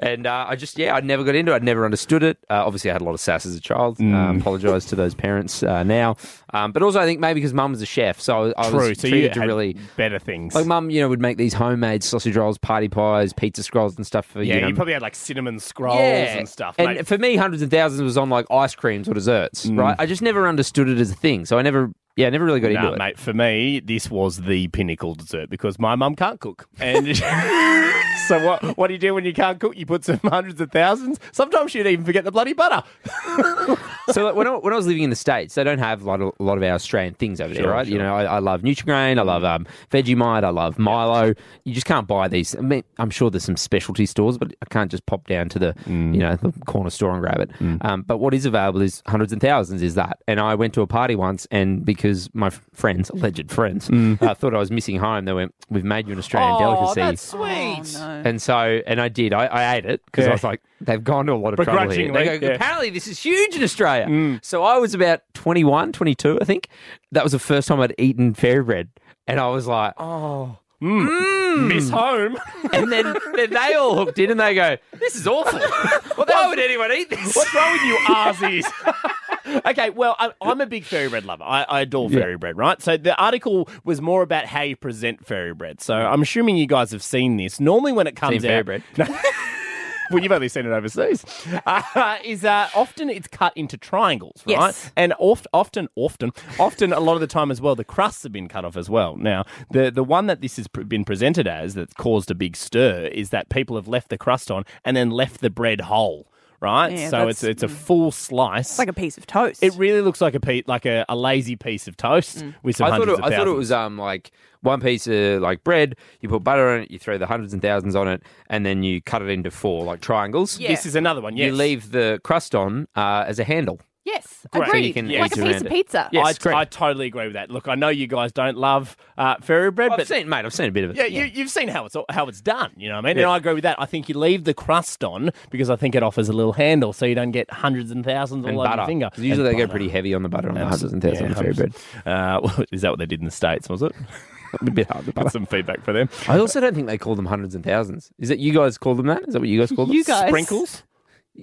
D: And uh, I just, yeah, I never got into it. I never understood it. Uh, obviously, I had a lot of sass as a child.
C: Mm.
D: Uh, Apologise to those parents uh, now. Um, but also, I think maybe because mum was a chef, so I, I
C: True.
D: was
C: So
D: treated
C: you
D: to
C: had
D: really
C: better things.
D: like mum, you know, would make these homemade sausage rolls, party pies, pizza scrolls, and stuff for
C: yeah,
D: you.
C: you,
D: Know,
C: probably had like cinnamon scrolls
D: Yeah.
C: and stuff.
D: And
C: mate. Mm.
D: for me, hundreds and thousands was on like ice creams or desserts, right? I just never understood it as a thing, so I never, yeah, I never really got
C: No,
D: into it.
C: mate, for me, this was the pinnacle dessert because my mum can't cook. And so what what do you do when you can't cook? You put some hundreds of thousands. Sometimes she'd even forget the bloody butter.
D: so like, when, I, when I was living in the states, they don't have a lot of, a lot of our Australian things over there, right? You know, I, I love Nutrigrain, I love um, Vegemite, I love Milo. You just can't buy these. I mean, I'm sure there's some specialty stores, but I can't just pop down to the you know the corner store and grab it. Um, but what is available is hundreds and thousands. Is that? And I went to a party once, and because my f- friends, alleged friends, uh, thought I was missing home, they went, "We've made you an Australian delicacy."
C: sweet.
D: And so, and I did. I, I ate it because
C: Oh. Yeah.
D: I was like, they've gone to a lot of trouble here. They
C: Begrudgingly,
D: go,
C: yeah. Mm.
D: apparently this is huge in Australia. So I was about 21, 22, I think. That was the first time I'd eaten fairy bread. And I was like,
C: Oh. Miss home.
D: and then, then they all hooked in and they go, this is awful. Why would anyone eat this?
C: What's wrong with you Aussies? okay, well, I, I'm a big fairy bread lover. I, I adore fairy bread, right? So the article was more about how you present fairy bread. So I'm assuming you guys have seen this. Normally, when it comes
D: Seen fairy
C: out,
D: bread.
C: No. well, you've only seen it overseas. Uh, is uh, often it's cut into triangles, right?
E: Yes.
C: And oft, often, often, often, a lot of the time as well, the crusts have been cut off as well. Now, the the one that this has pr- been presented as that's caused a big stir is that people have left the crust on and then left the bread whole. Right,
E: Yeah,
C: so
E: that's- mm.
C: it's it's a full slice.
E: It's like a piece of toast.
C: it really looks like a pe- like a, a lazy piece of toast with some
D: I thought,
C: hundreds
D: it,
C: of
D: I thought it
C: thousands.
D: was um like one piece of like bread, you put butter on it, you throw the hundreds and thousands on it, and then you cut it into four like triangles.
E: Yeah.
C: This is another one. Yes.
D: You leave the crust on uh, as a handle.
E: yes,
C: Great.
E: agreed.
D: So you can
E: like a
D: eat
E: piece
D: around
E: of
D: it.
E: pizza.
D: Yes,
C: I,
D: correct.
C: I totally agree with that. Look, I know you guys don't love uh, fairy bread,
D: I've
C: but
D: seen, mate. I've seen a bit of it.
C: yeah, You, you've seen how it's how it's done. You know what I mean? And I agree with that. I think you leave the crust on because I think it offers a little handle, so you don't get hundreds and thousands
D: and
C: all over
D: butter.
C: your finger.
D: 'Cause
C: And
D: Usually they go
C: butter.
D: pretty heavy on the butter on the hundreds and
C: Absolutely.
D: thousands of fairy bread.
C: Yeah, hundreds. Uh, well, is that what they did in the states? Was it?
D: a bit hard to
C: Got some feedback for them.
D: I also don't think they call them hundreds and thousands. Is it you guys call them that? Is that what you guys call them?
E: You guys.
C: Sprinkles?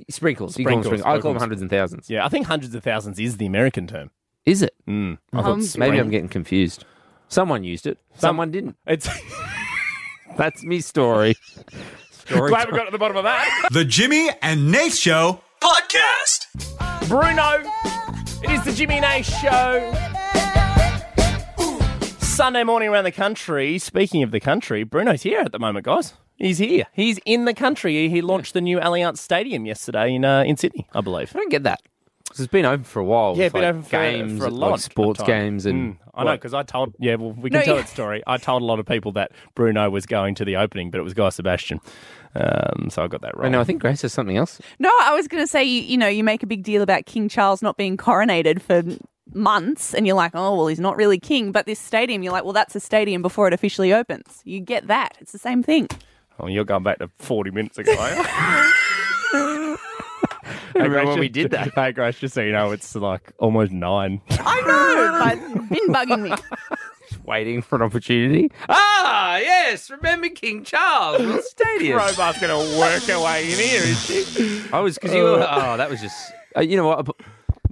D: Sprinkles. You call them
C: Sprinkles,
D: sprinkles. I call them
C: sprinkles.
D: hundreds and thousands.
C: Yeah, I think hundreds of thousands is the American term.
D: Is it?
C: Mm.
D: I thought
E: Hundreds.
D: Hmm. maybe I'm getting confused. Someone used it. Someone didn't.
C: It's
D: That's me story. story
C: glad we
D: time.
C: got to the bottom of that.
A: The Jimmy and Nate Show podcast.
C: Bruno, it is the Jimmy and A show. Sunday morning around the country. Speaking of the country, Bruno's here at the moment, guys. He's here. He's in the country. He launched the new Allianz Stadium yesterday in uh, in Sydney, I believe.
D: I don't get that. 'Cause it's been open for a while.
C: Yeah,
D: with,
C: been
D: like,
C: open for-
D: games,
C: for a
D: and,
C: lot
D: like, sports
C: of time. Hmm.
D: games, and
C: I know because I told. Yeah, well, we can
E: No,
C: tell
E: yeah.
C: that story. I told a lot of people that Bruno was going to the opening, but it was Guy Sebastian. Um, so I got that
D: I
C: wrong.
D: know. I think Grace has something else.
E: No, I was going to say, you, you know, you make a big deal about King Charles not being coronated for months, and you're like, oh, well, he's not really king. But this stadium, you're like, well, that's a stadium before it officially opens. You get that. It's the same thing.
C: Oh, you're going back to 40 minutes ago. hey,
D: Remember
C: Grace,
D: when we
C: just-
D: did that?
C: Hey, Grace, just so you know, it's like almost nine.
E: I know, but been bugging me.
D: Waiting for an opportunity. Ah, yes. Remember King Charles Well, Stadium.
C: Robart's going to work her way in here, is she?
D: I was because you. Were, oh, that was just. Uh, you know what?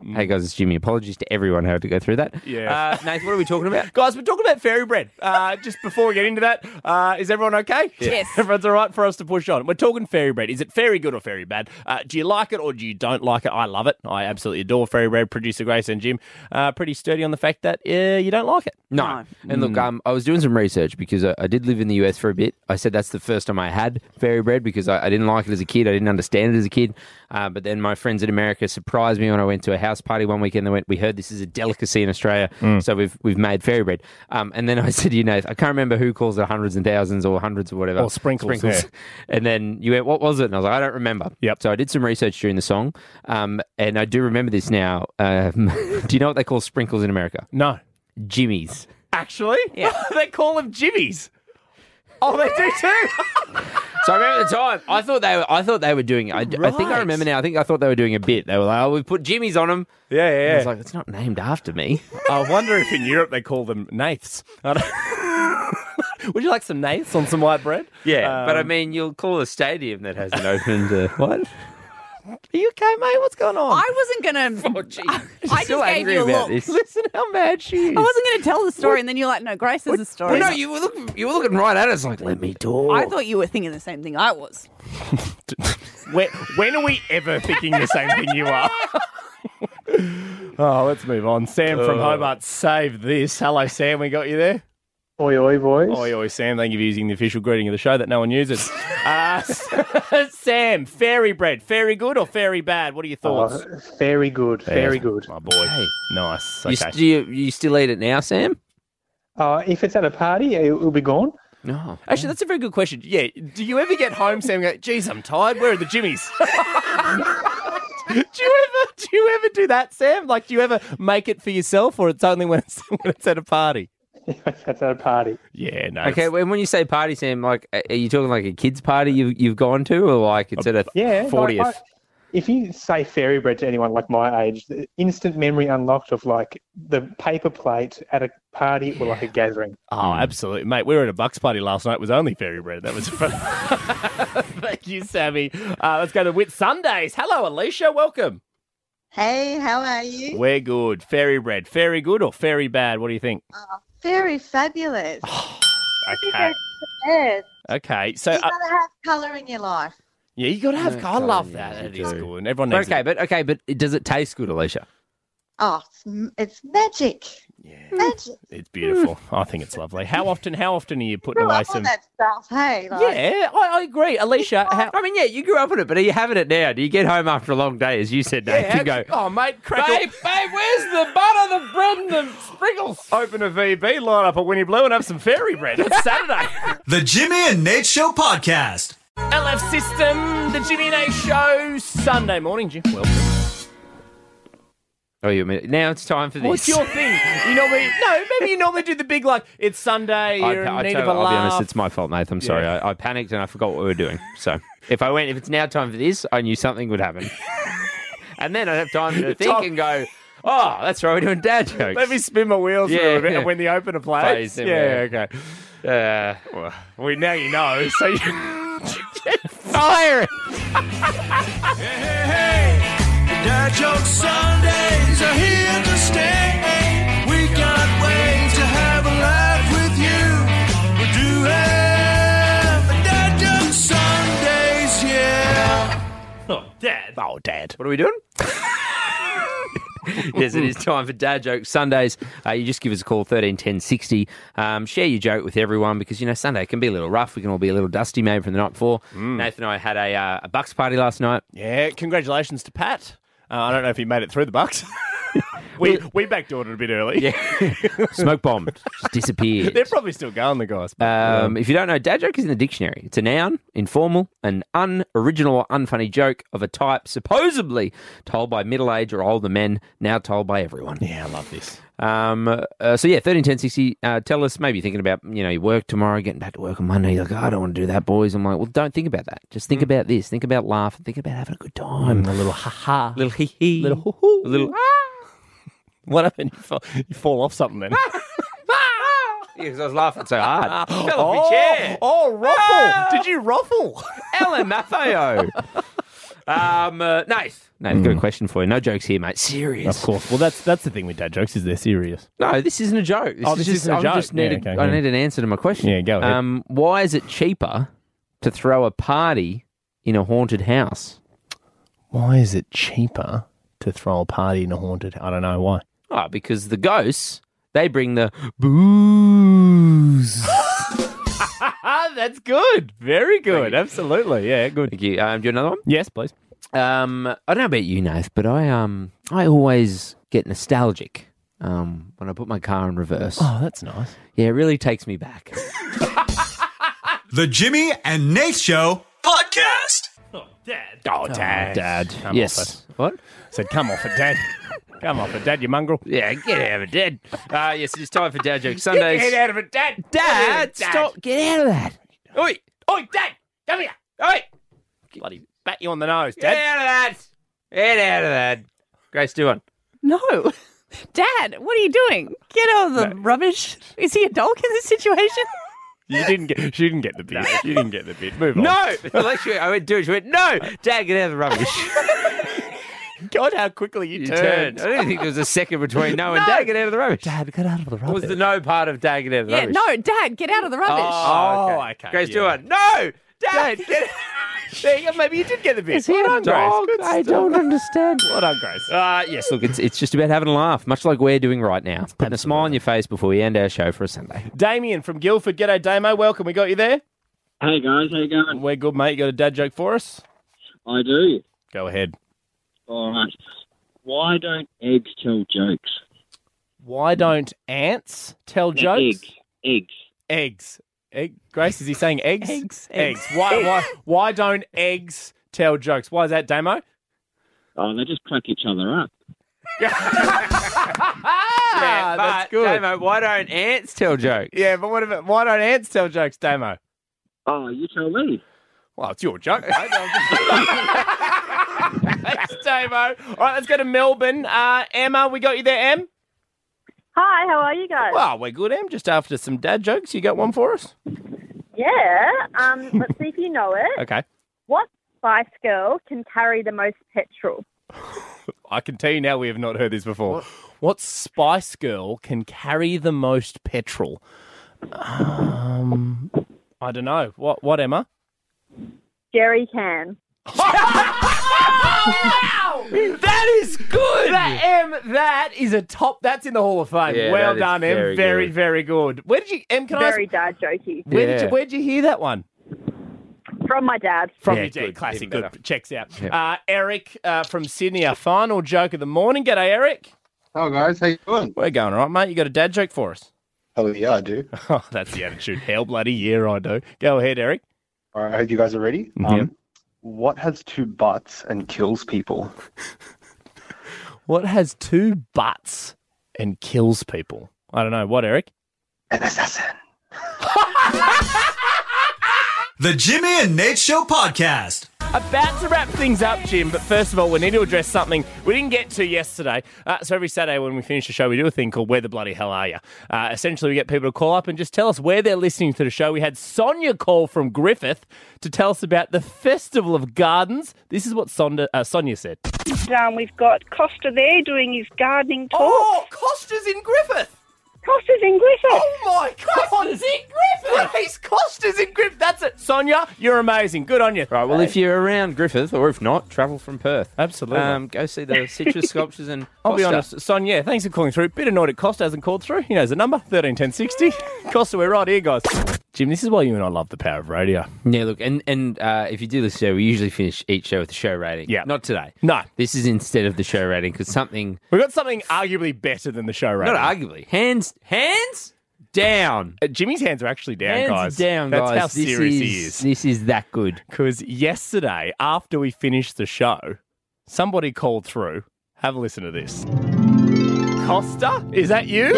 D: Hey guys, it's Jimmy. Apologies to everyone who had to go through that.
C: Yeah.
D: Uh, Nathan, what are we talking about?
C: Guys, we're talking about fairy bread. Uh, just before we get into that, uh, is everyone okay?
E: Yes.
C: Everyone's all right for us to push on. We're talking fairy bread. Is it fairy good or fairy bad? Uh, do you like it or do you don't like it? I love it. I absolutely adore fairy bread. Producer Grace and Jim uh, pretty sturdy on the fact that uh, you don't like it.
D: No. And
C: Mm.
D: look, um, I was doing some research because I, I did live in the US for a bit. I said that's the first time I had fairy bread because I, I didn't like it as a kid. I didn't understand it as a kid. Uh, but then my friends in America surprised me when I went to a house party one weekend. They went, "We heard this is a delicacy in Australia,
C: Mm.
D: so we've we've made fairy bread." Um, and then I said, "You know, I can't remember who calls it hundreds and thousands or hundreds or whatever
C: Or sprinkles,
D: And then you went, "What was it?" And I was like, "I don't remember."
C: Yep.
D: So I did some research during the song, um, and I do remember this now. Um, do you know what they call sprinkles in America?
C: No.
D: Jimmies.
C: Actually? Yeah. they call them jimmies. Oh, they do too.
D: So I remember at the time. I thought they were. I thought they were doing. I, I think I
C: Right.
D: remember now. I think I thought they were doing a bit. They were like, "Oh, we put Jimmy's on them."
C: yeah,
D: I
C: yeah,
D: was like, "It's not named after me."
C: I wonder if in Europe they call them naths. I don't- Would you like some naths on some white bread?
D: Yeah, but I
C: Um,
D: mean, you'll call a stadium that hasn't opened. Uh, what?
C: Are you okay, mate? What's going on?
E: I wasn't going to. I, I
D: Oh, Still
E: just gave
D: angry
E: you a
D: about
E: look.
D: this. Listen how mad she is.
E: I wasn't going to tell the story, and then you're like, no, Grace has a story.
D: Well, no, you were looking. You were looking right at us, like, "Let me talk."
E: I thought you were thinking the same thing I was.
C: when, when are we ever thinking the same thing you are? oh, let's move on. Sam from Hobart, save this. Hello, Sam. We got you there.
J: Oi, oi, boys.
C: Oi, oi, Sam. Thank you for using the official greeting of the show that no one uses. Uh, Sam, fairy bread, fairy good or fairy bad? What are your thoughts?
J: Oh, very good, very good.
C: My boy. Nice.
D: You,
C: Okay.
D: st- you, you still eat it now, Sam?
J: Uh, if it's at a party, it, will be gone.
D: No.
C: Actually, that's a very good question. Yeah. Do you ever get home, Sam, and go, geez, I'm tired. Where are the jimmies? do you ever do you ever do that, Sam? Like, do you ever make it for yourself or it's only when it's, when it's at a party?
J: if it's at a party.
C: Yeah, no.
D: Okay, when when you say party, Sam, like, a- are you talking like a kids' party you've you've gone to, or like it's at a
J: Yeah. like,
D: fortieth?
J: I- if you say fairy bread to anyone like my age, the instant memory unlocked of like the paper plate at a party or like a gathering.
C: Oh, absolutely. Mate, we were at a Bucks party last night. It was only fairy bread. That was fun. Thank you, Sammy. Uh, let's go to Wit Sundays. Hello, Alicia. Welcome.
K: Hey, how are you?
C: We're good. Fairy bread. Fairy good or fairy bad? What do you think?
K: Very fabulous.
C: Okay.
K: Yes.
C: Okay. So,
K: You
C: uh,
K: gotta have colour in your life.
C: yeah, you got to have.
D: Yeah,
C: I love
D: yeah,
C: that. It
D: you
C: is
D: do.
C: good. Everyone
D: But
C: needs
D: okay,
C: it.
D: but okay, but does it taste good, Alicia?
K: Oh, it's, m- it's magic. Magic.
C: It's beautiful. I think it's lovely. How often? How often are you putting
K: Grew
C: away
K: up on
C: some?
K: that stuff, hey? Like,
C: Yeah, I, I agree, Alicia. How,
D: I mean, yeah, you grew up in it, but are you having it now? Do you get home after a long day, as you said, Nate,
C: yeah,
D: and go,
C: oh mate, crack a-
D: babe, babe, where's the butter, the bread, and the sprinkles?
C: Open a VB, line up a Winnie Blue, and have some fairy bread. It's Saturday.
A: The Jimmy and Nate Show podcast.
C: LF System, the Jimmy and A Show, Sunday morning, Jim. Welcome.
D: Oh, you mean now it's time for this?
C: What's your thing? You normally no, maybe you normally do the big like it's Sunday.
D: I,
C: You're
D: I,
C: in need
D: tell
C: of
D: you,
C: a
D: I'll be honest,
C: laugh.
D: it's my fault, Nate. I'm sorry. I, I panicked and I forgot what we were doing. So if I went, if it's now time for this, I knew something would happen, and then I'd have time to think
C: Tom-
D: and go. Oh, that's right. We're doing dad jokes.
C: Let me spin my wheels for a bit when the opener plays.
D: Plays,
C: yeah,
D: yeah.
C: okay. well, we now you know. So you
D: fire it.
G: Dad joke Sundays are here to stay. We can't wait to have a laugh with you. We do have dad joke Sundays, yeah.
C: Oh, Dad. Oh, Dad.
D: What are we doing? yes, it is time for Dad Joke Sundays. Uh, you just give us a call, 13 10 60. Um, share your joke with everyone because, you know, Sunday can be a little rough. We can all be a little dusty maybe from the night before. Nathan and I had a, uh, a Bucks party last night.
C: Mm. Yeah, congratulations to Pat. Uh, I don't know if he made it through the Bucks. we we backdoored it a bit early.
D: Yeah, Smoke bombed. Just disappeared.
C: they're probably still going, the guys. but,
D: Um, if you don't know, dad joke is in the dictionary. It's a noun, informal, an unoriginal or unfunny joke of a type supposedly told by middle aged or older men, now told by everyone.
C: Yeah, I love this.
D: Um, uh, so yeah, thirteen ten sixty. Uh, tell us maybe you're thinking about you know your work tomorrow, getting back to work on Monday. You're like, "Oh, I don't want to do that, boys. I'm like, well, don't think about that. Just think about this. Think about laughing. Think about having a good time.
C: Mm. a little ha ha,
D: little hee hee,
C: little Ah, hoo hoo,
D: little
C: What happened? You fall, you fall off something then.
D: because I was laughing so hard. Fell off
C: ah. oh,
D: my chair.
C: oh, ruffle! Did you ruffle?
D: LMFAO. um, uh, Nath. Nath, got a question for you. No jokes here, mate. Serious.
C: Mm. Of course. Well, that's that's the thing with dad jokes is they're serious.
D: No, this isn't a joke. This
C: Oh,
D: is
C: this
D: just,
C: isn't a
D: I
C: joke.
D: Just need
C: Yeah,
D: a-
C: okay,
D: I
C: yeah.
D: need an answer to my question.
C: Yeah, go ahead.
D: Um, why is it cheaper to throw a party in a haunted house?
C: Why is it cheaper to throw a party in a haunted? I don't know why.
D: Oh, because the ghosts they bring the booze.
C: Ah, that's good. Very good. Absolutely. Yeah, good.
D: Thank you. Um, do you want another one?
C: Yes, please.
D: Um, I don't know about you, Nath, but I um I always get nostalgic um when I put my car in reverse.
C: Oh, that's nice.
D: Yeah, it really takes me back.
A: The Jimmy and Nate Show podcast.
C: Oh, dad. dad. Come Off
D: yes. What?
C: it. Said, come off it, dad. come off it, dad, you mongrel.
D: Yeah, get out of it, Dad. Uh, yes, it's time for Dad Joke Sundays.
C: out of it, dad.
D: Dad, stop! Get out of that! Oi!
C: Oi, dad. Come here.
D: Oi!
C: Bloody bat you on the nose,
D: Get
C: dad.
D: out of that! Get out of that! Grace, do one.
E: No. Dad, what are you doing? Get out of the rubbish. Is he a dog in this situation?
C: You didn't get. She didn't get the bit. You didn't get the bit. Move on.
D: No! Unless you, I went do it. She went, no! Dad, get out of the rubbish.
C: God, how quickly you,
D: You
C: turned.
D: turned. I didn't think there was a second between no and Dad, get out of the rubbish.
C: Dad, get out of the
D: What was the no part of Dad, get out of the
E: Yeah,
D: rubbish?
E: no, Dad, get out of the rubbish.
D: Oh,
C: Oh,
D: okay.
C: okay,
D: Grace, do
C: yeah.
D: one. No!
C: Dad,
D: Dad, get
C: There you go. Maybe you did get the bit.
D: Is he
C: Well
D: a
C: done, Grace.
D: dog?
C: Good
D: I
C: stuff.
D: don't understand.
C: Well done, Grace.
D: Uh, yes, look, it's, it's just about having a laugh, much like we're doing right now. Putting a smile on your face before we end our show for a Sunday.
C: Damien from Guildford. G'day, Damo. Welcome. We got you there.
L: Hey guys, how you going?
C: We're good, mate. You got a dad joke for us?
L: I do.
C: Go ahead.
L: All right. Why don't eggs tell jokes?
C: Why don't ants tell jokes?
L: Eggs. Eggs.
C: Eggs. Egg. Grace, is he saying eggs?
E: Eggs,
C: Eggs.
E: eggs.
C: Why? Why? Why don't eggs tell jokes? Why is that, Damo?
L: Oh, they just crack each other up.
C: yeah, that's good.
D: Damo, why don't ants tell jokes?
C: Yeah, but what about why don't ants tell jokes, Damo?
L: Oh, you tell me.
C: Well, it's your joke. mate. Thanks, Damo. All right, let's go to Melbourne. Uh, Emma, we got you there, Em.
H: Hi, how are you guys?
C: Well, we're good, Em. Just after some dad jokes, you got one for us?
H: Yeah. Um, let's see if you know it.
C: Okay.
H: What Spice Girl can carry the most petrol?
C: I can tell you now we have not heard this before. What, Spice Girl can carry the most petrol? Um, I don't know. What, what Emma?
H: Jerry can.
C: That is good. That, Em, that is a top. That's in the Hall of Fame.
D: Yeah,
C: well
D: that is
C: done, Em.
D: very
C: very,
D: good.
C: very good. Where did you, Em? Can
H: Very
C: I? ask-
H: dad jokey.
C: Where did you,
D: Yeah.
C: where'd you hear that one?
H: From my dad.
C: From
D: Yeah,
C: your dad.
D: good,
C: Classic.
D: even
C: Good.
D: better.
C: Checks out.
D: Yeah.
C: Uh, Eric uh, from Sydney. Our final joke of the morning. G'day, Eric.
M: Hello guys, how you doing?
C: We're going all right, mate. You got a dad joke for us?
M: Hell yeah, I do.
C: Oh, that's the attitude. Hell bloody year, I do. Go ahead, Eric.
M: All right, I hope you guys are ready.
C: Mm-hmm.
M: Um, what has two butts and kills people?
C: What has two butts and kills people? I don't know. What, Eric?
M: An assassin.
A: The Jimmy and Nate Show podcast.
C: About to wrap things up, Jim, but first of all, we need to address something we didn't get to yesterday. Uh, so every Saturday when we finish the show, we do a thing called Where the Bloody Hell Are You? Uh, essentially, we get people to call up and just tell us where they're listening to the show. We had Sonia call from Griffith to tell us about the Festival of Gardens. This is what Sonda, uh, Sonia said.
N: Um, we've got Costa there doing his gardening talk.
O: Oh, Costa's in Griffith.
N: Costa's in Griffith.
O: Oh my God!
C: Costa's in Griffith.
O: He's Costa's in Griffith. That's it.
C: Sonia, you're amazing. Good on you.
D: Right, well, if you're around Griffith, or if not, travel from Perth.
C: Absolutely.
D: Um, go see the citrus sculptures and.
C: I'll be
D: Costa.
C: honest, Son, yeah, thanks for calling through. Bit annoyed at Costa hasn't called through. He knows the number, 131060. Costa, we're right here, guys. Jim, this is why you and I love the power of radio.
D: Yeah, look, and and uh, if you do this show, we usually finish each show with the show rating. Yeah, not today.
C: No,
D: this is instead of the show rating because something
C: We've got something arguably better than the show rating.
D: Not arguably. Hands, hands down.
C: Jimmy's hands are actually down,
D: Hands
C: guys.
D: down,
C: That's
D: guys.
C: how
D: This
C: serious he
D: is-
C: is.
D: This is that good.
C: Because yesterday, after we finished the show, somebody called through. Have a listen to this. Costa, is that you?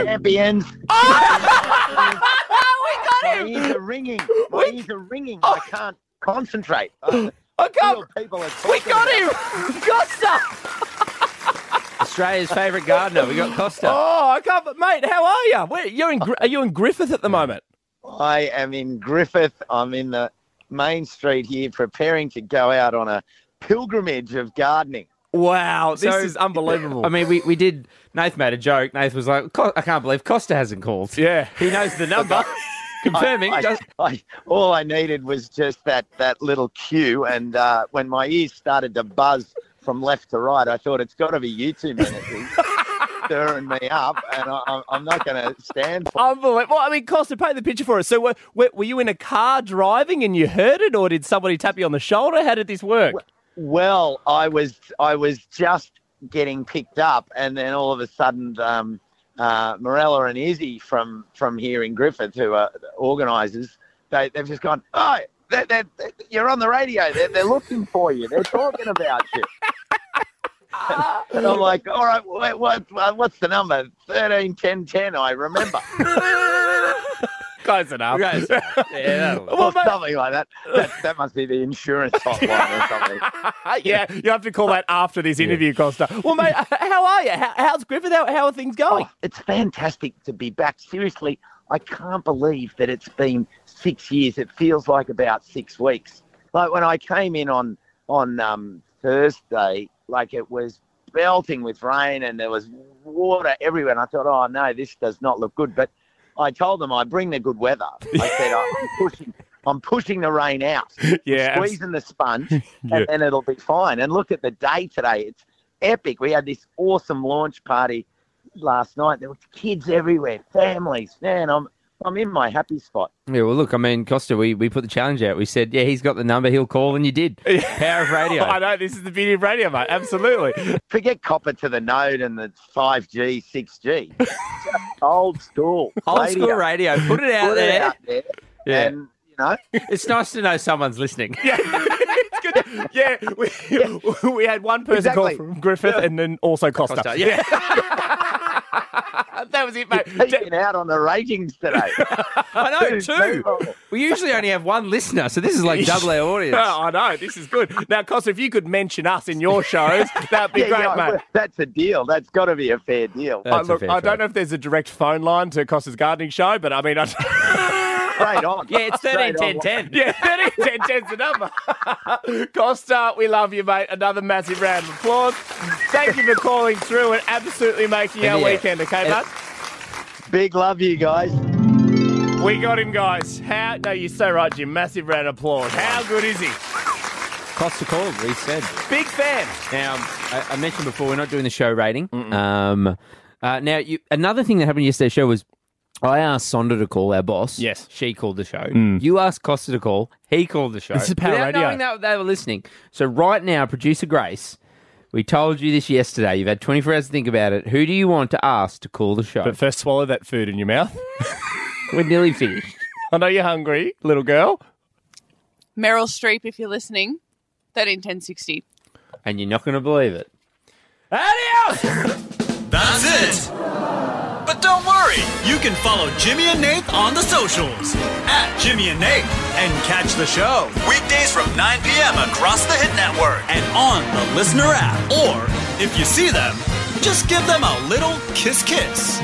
C: Ah!
M: Champion.
O: we
M: My ears are ringing. My ears are ringing. I can't concentrate. I
O: can't.
M: People are
O: We
M: talking
O: got him.
C: Costa.
D: Australia's favourite gardener. We got Costa.
C: Oh, I can't. but Mate, how are you? Where, you're in. Gr- Are you in Griffith at the moment?
M: I am in Griffith. I'm in the main street here, preparing to go out on a pilgrimage of gardening.
C: Wow,
M: this is unbelievable.
D: I mean, we, we did. Nath made a joke. Nath was like, "Co- I can't believe Costa hasn't called.
C: Yeah.
D: He knows the number. Confirming.
M: I, I-
D: just-
M: I- all I needed was just that that little cue, and uh, when my ears started to buzz from left to right, I thought it's got to be you two men at least stirring me up, and I, I'm- I'm not going to stand for.
C: Unbelievable. Well, I mean, Costa, paint the picture for us. So, were, were, were you in a car driving and you heard it, or did somebody tap you on the shoulder? How did this work?
M: Well, I was I was just getting picked up, and then all of a sudden, um, uh, Morella and Izzy from from here in Griffith, who are the organisers, they they've just gone, oh, they're, they're, they're- you're on the radio. They're, they're looking for you. They're talking about you. And I'm like, all right, wait, what, what- what's the number? 13, 10, 10, I remember.
C: Close enough.
M: Close enough.
D: Oh. Yeah,
M: or something like that. that. That must be the insurance hotline or something.
C: yeah, you have to call that after this interview, Costa. Well, mate, how are you? How, how's Griffith? How, how are things going?
M: Oh, It's fantastic to be back. Seriously, I can't believe that it's been six years. It feels like about six weeks. Like when I came in on on um, Thursday, like it was belting with rain and there was water everywhere. And I thought, oh no, this does not look good. But I told them I bring the good weather. I said I'm pushing, I'm pushing the rain out.
C: Yeah, abs-
M: squeezing the sponge,
C: Yeah.
M: and then it'll be fine. And look at the day today; it's epic. We had this awesome launch party last night. There were kids everywhere, families. Man, I'm I'm in my happy spot.
D: yeah, well, look, I mean, Costa, we, we put the challenge out. We said, yeah, he's got the number. He'll call, and you did. Power of radio.
C: I know, this is the beauty of radio, mate. Absolutely.
M: Forget copper to the node and the five G, six G. Old school,
D: Old school radio. Put it out
M: Put
D: there.
M: there.
D: Yeah.
M: And you know,
D: it's nice to know someone's listening.
C: yeah, we, we had one person
M: Exactly.
C: call from Griffith and then also Costa.
D: Costa, yeah.
C: that was it, mate.
M: Taking out on the ratings today.
D: I know, two.
M: people.
D: We usually only have one listener, so this is like double our audience.
C: I know, this is good. Now, Costa, if you could mention us in your shows, that'd be
M: Yeah,
C: great,
M: yeah,
C: mate.
M: well, That's a deal. That's got to be a fair deal.
C: I, look, I don't know if there's a direct phone line to Costa's gardening show, but I mean, I,
M: Right on.
D: Yeah, it's
M: Straight
D: 13,
M: on.
D: 10, 10.
C: yeah, 13, 10, 10's the number. Costa, we love you, mate. Another massive round of applause. Thank you for calling through and absolutely making our
M: Yeah.
C: weekend, okay,
M: Yeah.
C: mate?
M: Big love, you guys.
C: We got him, guys. How? No, you're so right, Jim. Massive round of applause. How good is he?
D: Costa called. We said.
C: Big fan.
D: Now, I, I mentioned before we're not doing the show rating. Um, uh, now, you, another thing that happened yesterday's show was I asked Sonda to call our boss. Yes, she called the show. You asked Costa to call. He called the show.
C: Mm. This is power
D: Without
C: radio.
D: Knowing that they were listening. So right now, producer Grace, we told you this yesterday. You've had 24 hours to think about it. Who do you want to ask to call the show?
C: But first, swallow that food in your mouth.
D: we're nearly finished.
C: I know you're hungry, little girl,
E: Meryl Streep, if you're listening, 13 10 60.
D: and you're not going to believe it.
C: Adios!
A: That's it. But don't worry, You can follow Jimmy and Nate on the socials at Jimmy and Nate and catch the show weekdays from 9 p.m. across the Hit Network and on the Listener app. Or if you see them, just give them a little kiss kiss.